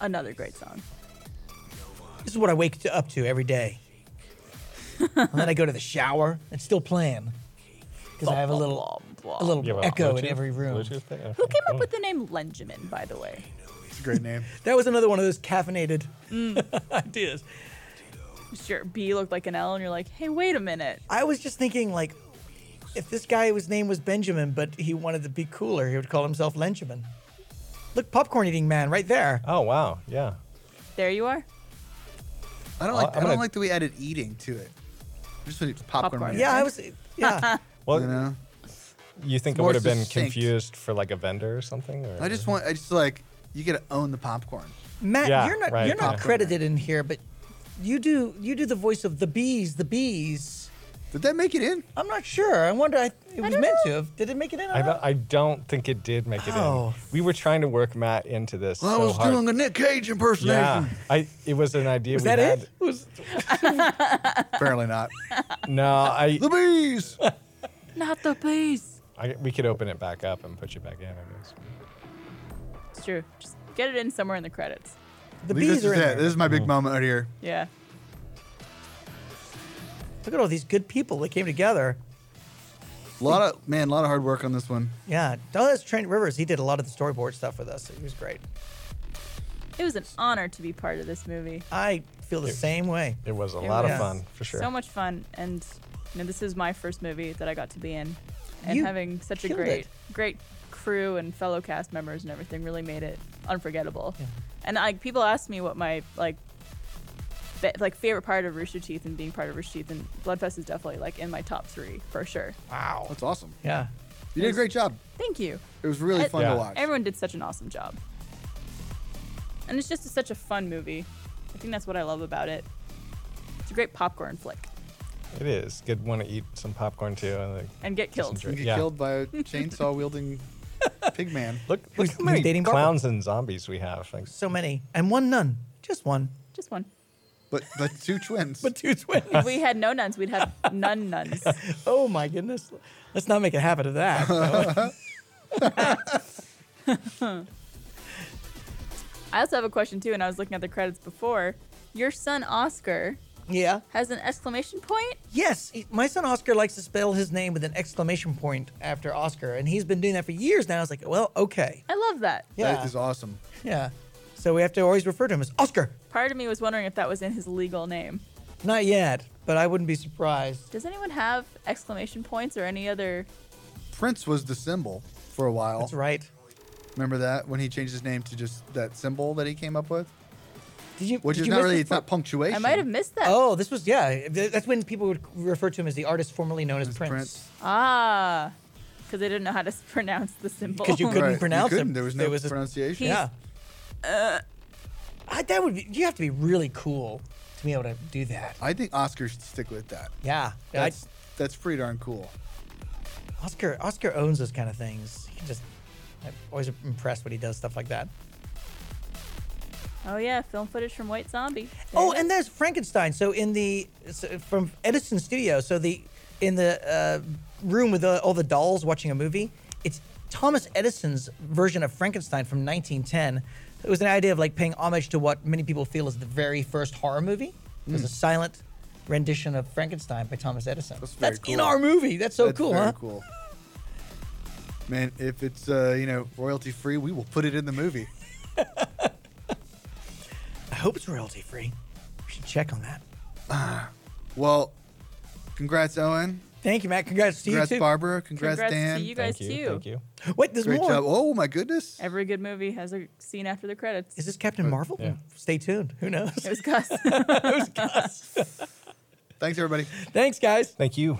B: Another great song.
A: This is what I wake t- up to every day. and then I go to the shower and still playing. Because I have a little, a little
D: You have a
A: echo in
D: Bluetooth-
A: every room.
D: Bluetooth thing? Oh. Okay,
B: Who came up
D: cool.
B: with the name Lenjamin, by the way?
C: It's a great name.
A: That was another one of those caffeinated ideas.
B: Sure, B looked like an L, and you're like, hey, wait a minute.
A: I was just thinking, like, if this guy, his name was Benjamin, but he wanted to be cooler, he would call himself Lenjamin. Look, popcorn eating man right there.
D: Oh wow, yeah.
B: There you are.
C: I don't
D: Well,
C: like.
D: I'm
C: I
D: gonna-
C: don't like that we added eating to it. Just when it's popcorn.
B: Popcorn.
C: right?
A: Yeah, I was, yeah.
D: Well,
C: You know,
D: you think it
C: more
D: would have been
C: succinct.
D: confused for like a vendor or something? Or?
C: I just want. I just like you gotta own the popcorn.
A: Matt,
D: Yeah,
A: you're not,
D: right,
A: you're not
D: yeah.
A: credited in here, but you do, you do the voice of the bees, the bees.
C: Did that make it in?
A: I'm not sure. I wonder. I, it was
B: don't
A: meant
B: know.
A: to. have. Did it make it in? or
D: I,
A: not?
D: don't- I don't think it did make it
A: Oh.
D: in. We were trying to work Matt into this
C: Well,
D: so
C: I was
D: hard.
C: doing a Nick Cage impersonation.
D: yeah, I it was an idea.
A: Was
D: we
A: that
D: had.
A: it? Was,
C: Apparently not.
D: No, I,
C: The bees.
B: Not the bees.
D: I we could open it back up and put you back in. I guess.
B: It's true. Just get it in somewhere in the credits.
A: the
C: Leave
A: bees
C: this
A: are in
C: is it.
A: there.
C: This is my
D: Mm.
C: big moment right here.
B: Yeah.
A: Look at all these good people that came together.
C: A lot of man, a lot of hard work on this one.
A: Yeah, no, that's Trent Rivers. He did a lot of the storyboard stuff with us. He was great.
B: It was an honor to be part of this movie.
A: I feel the
D: It-
A: same way.
D: It was a
B: It
D: lot
B: was
D: of fun for sure.
B: So much fun, and you know, this is my first movie that I got to be in, and
A: You
B: having such a
A: killed
B: great,
A: it.
B: great crew and fellow cast members and everything really made it unforgettable. And like people ask me what my like. Be- like favorite part of Rooster Teeth and being part of Rooster Teeth and Bloodfest is definitely like in my top three for sure.
C: Wow, that's awesome.
A: Yeah,
C: you did a great job.
B: Thank you.
C: It was really
B: I-
C: fun to watch.
B: Everyone did such an awesome job. And it's just such a fun movie. I think that's what I love about it. It's a great popcorn flick.
D: It is. Good one to eat some popcorn too. I think.
B: And get killed.
D: Just enjoy-
C: You get
D: yeah.
C: killed by a chainsaw wielding pig man.
D: Look,
A: Who's-
D: look how many
A: who's dating Barbara?
D: clowns and zombies we have. Like,
A: So many, and one nun, just one,
B: Just one.
C: but but two twins.
A: but two twins.
B: we had no nuns. We'd have nun nuns.
A: oh my goodness, let's not make a habit of that.
B: I also have a question too, and I was looking at the credits before. Your son Oscar
A: yeah.
B: has an exclamation point.
A: Yes, he- my son Oscar likes to spell his name with an exclamation point after Oscar, and he's been doing that for years now. I was like, well, okay,
B: I love that.
A: yeah,
C: That is awesome.
A: yeah. So we have to always refer to him as Oscar.
B: Part of me was wondering if that was in his legal name.
A: Not yet, but I wouldn't be surprised.
B: Does anyone have exclamation points or any other?
C: Prince was the symbol for a while. That's
A: right.
C: Remember that when he changed his name to just that symbol that he came up with,
A: Did you?
C: which
A: did
C: is
A: you
C: not
A: miss
C: really
A: this
C: it's not
A: part?
C: punctuation.
B: I might have missed that.
A: Oh, this was yeah. th- That's when people would refer to him as the artist formerly known as, Prince.
B: Ah, because I didn't know how to s- pronounce the symbol.
A: Because you couldn't
C: Right, you
A: pronounce
C: couldn't.
A: him.
C: There was no
A: a-
C: pronunciation.
A: yeah. I, that would be. You have to be really cool to be able to do that.
C: I think Oscar should stick with that.
A: Yeah. I-
C: That's that's pretty darn cool.
A: Oscar Oscar owns those kind of things. He can just. I'm always impressed when he does stuff like that.
B: Oh yeah, film footage from White Zombie.
A: Oh, and there's Frankenstein. So in the so from Edison Studio. So the in the uh, room with the, all the dolls watching a movie. It's Thomas Edison's version of Frankenstein from 1910. It was an idea of like paying homage to what many people feel is the very first horror movie. It
C: Mm.
A: was a silent rendition of Frankenstein by Thomas Edison. That's,
C: very
A: in
C: cool.
A: our movie. That's so
C: That's
A: cool,
C: very
A: huh?
C: cool. Man, if it's uh, you know royalty free, we will put it in the movie.
A: I hope it's royalty free. We should check on that.
C: Well, congrats, Owen.
A: Thank you, Matt. Congrats to
C: Congrats,
A: you too.
C: Barbara. Congrats,
B: Congrats to
C: Dan.
B: you guys, Thank you, too. thank you.
A: Wait, there's
C: Great
A: more.
C: job. Oh my goodness.
B: Every good movie has a scene after the credits.
A: Is this Captain Marvel? Stay tuned. Who knows?
B: It was Gus.
C: Thanks everybody.
A: Thanks, guys.
D: Thank you.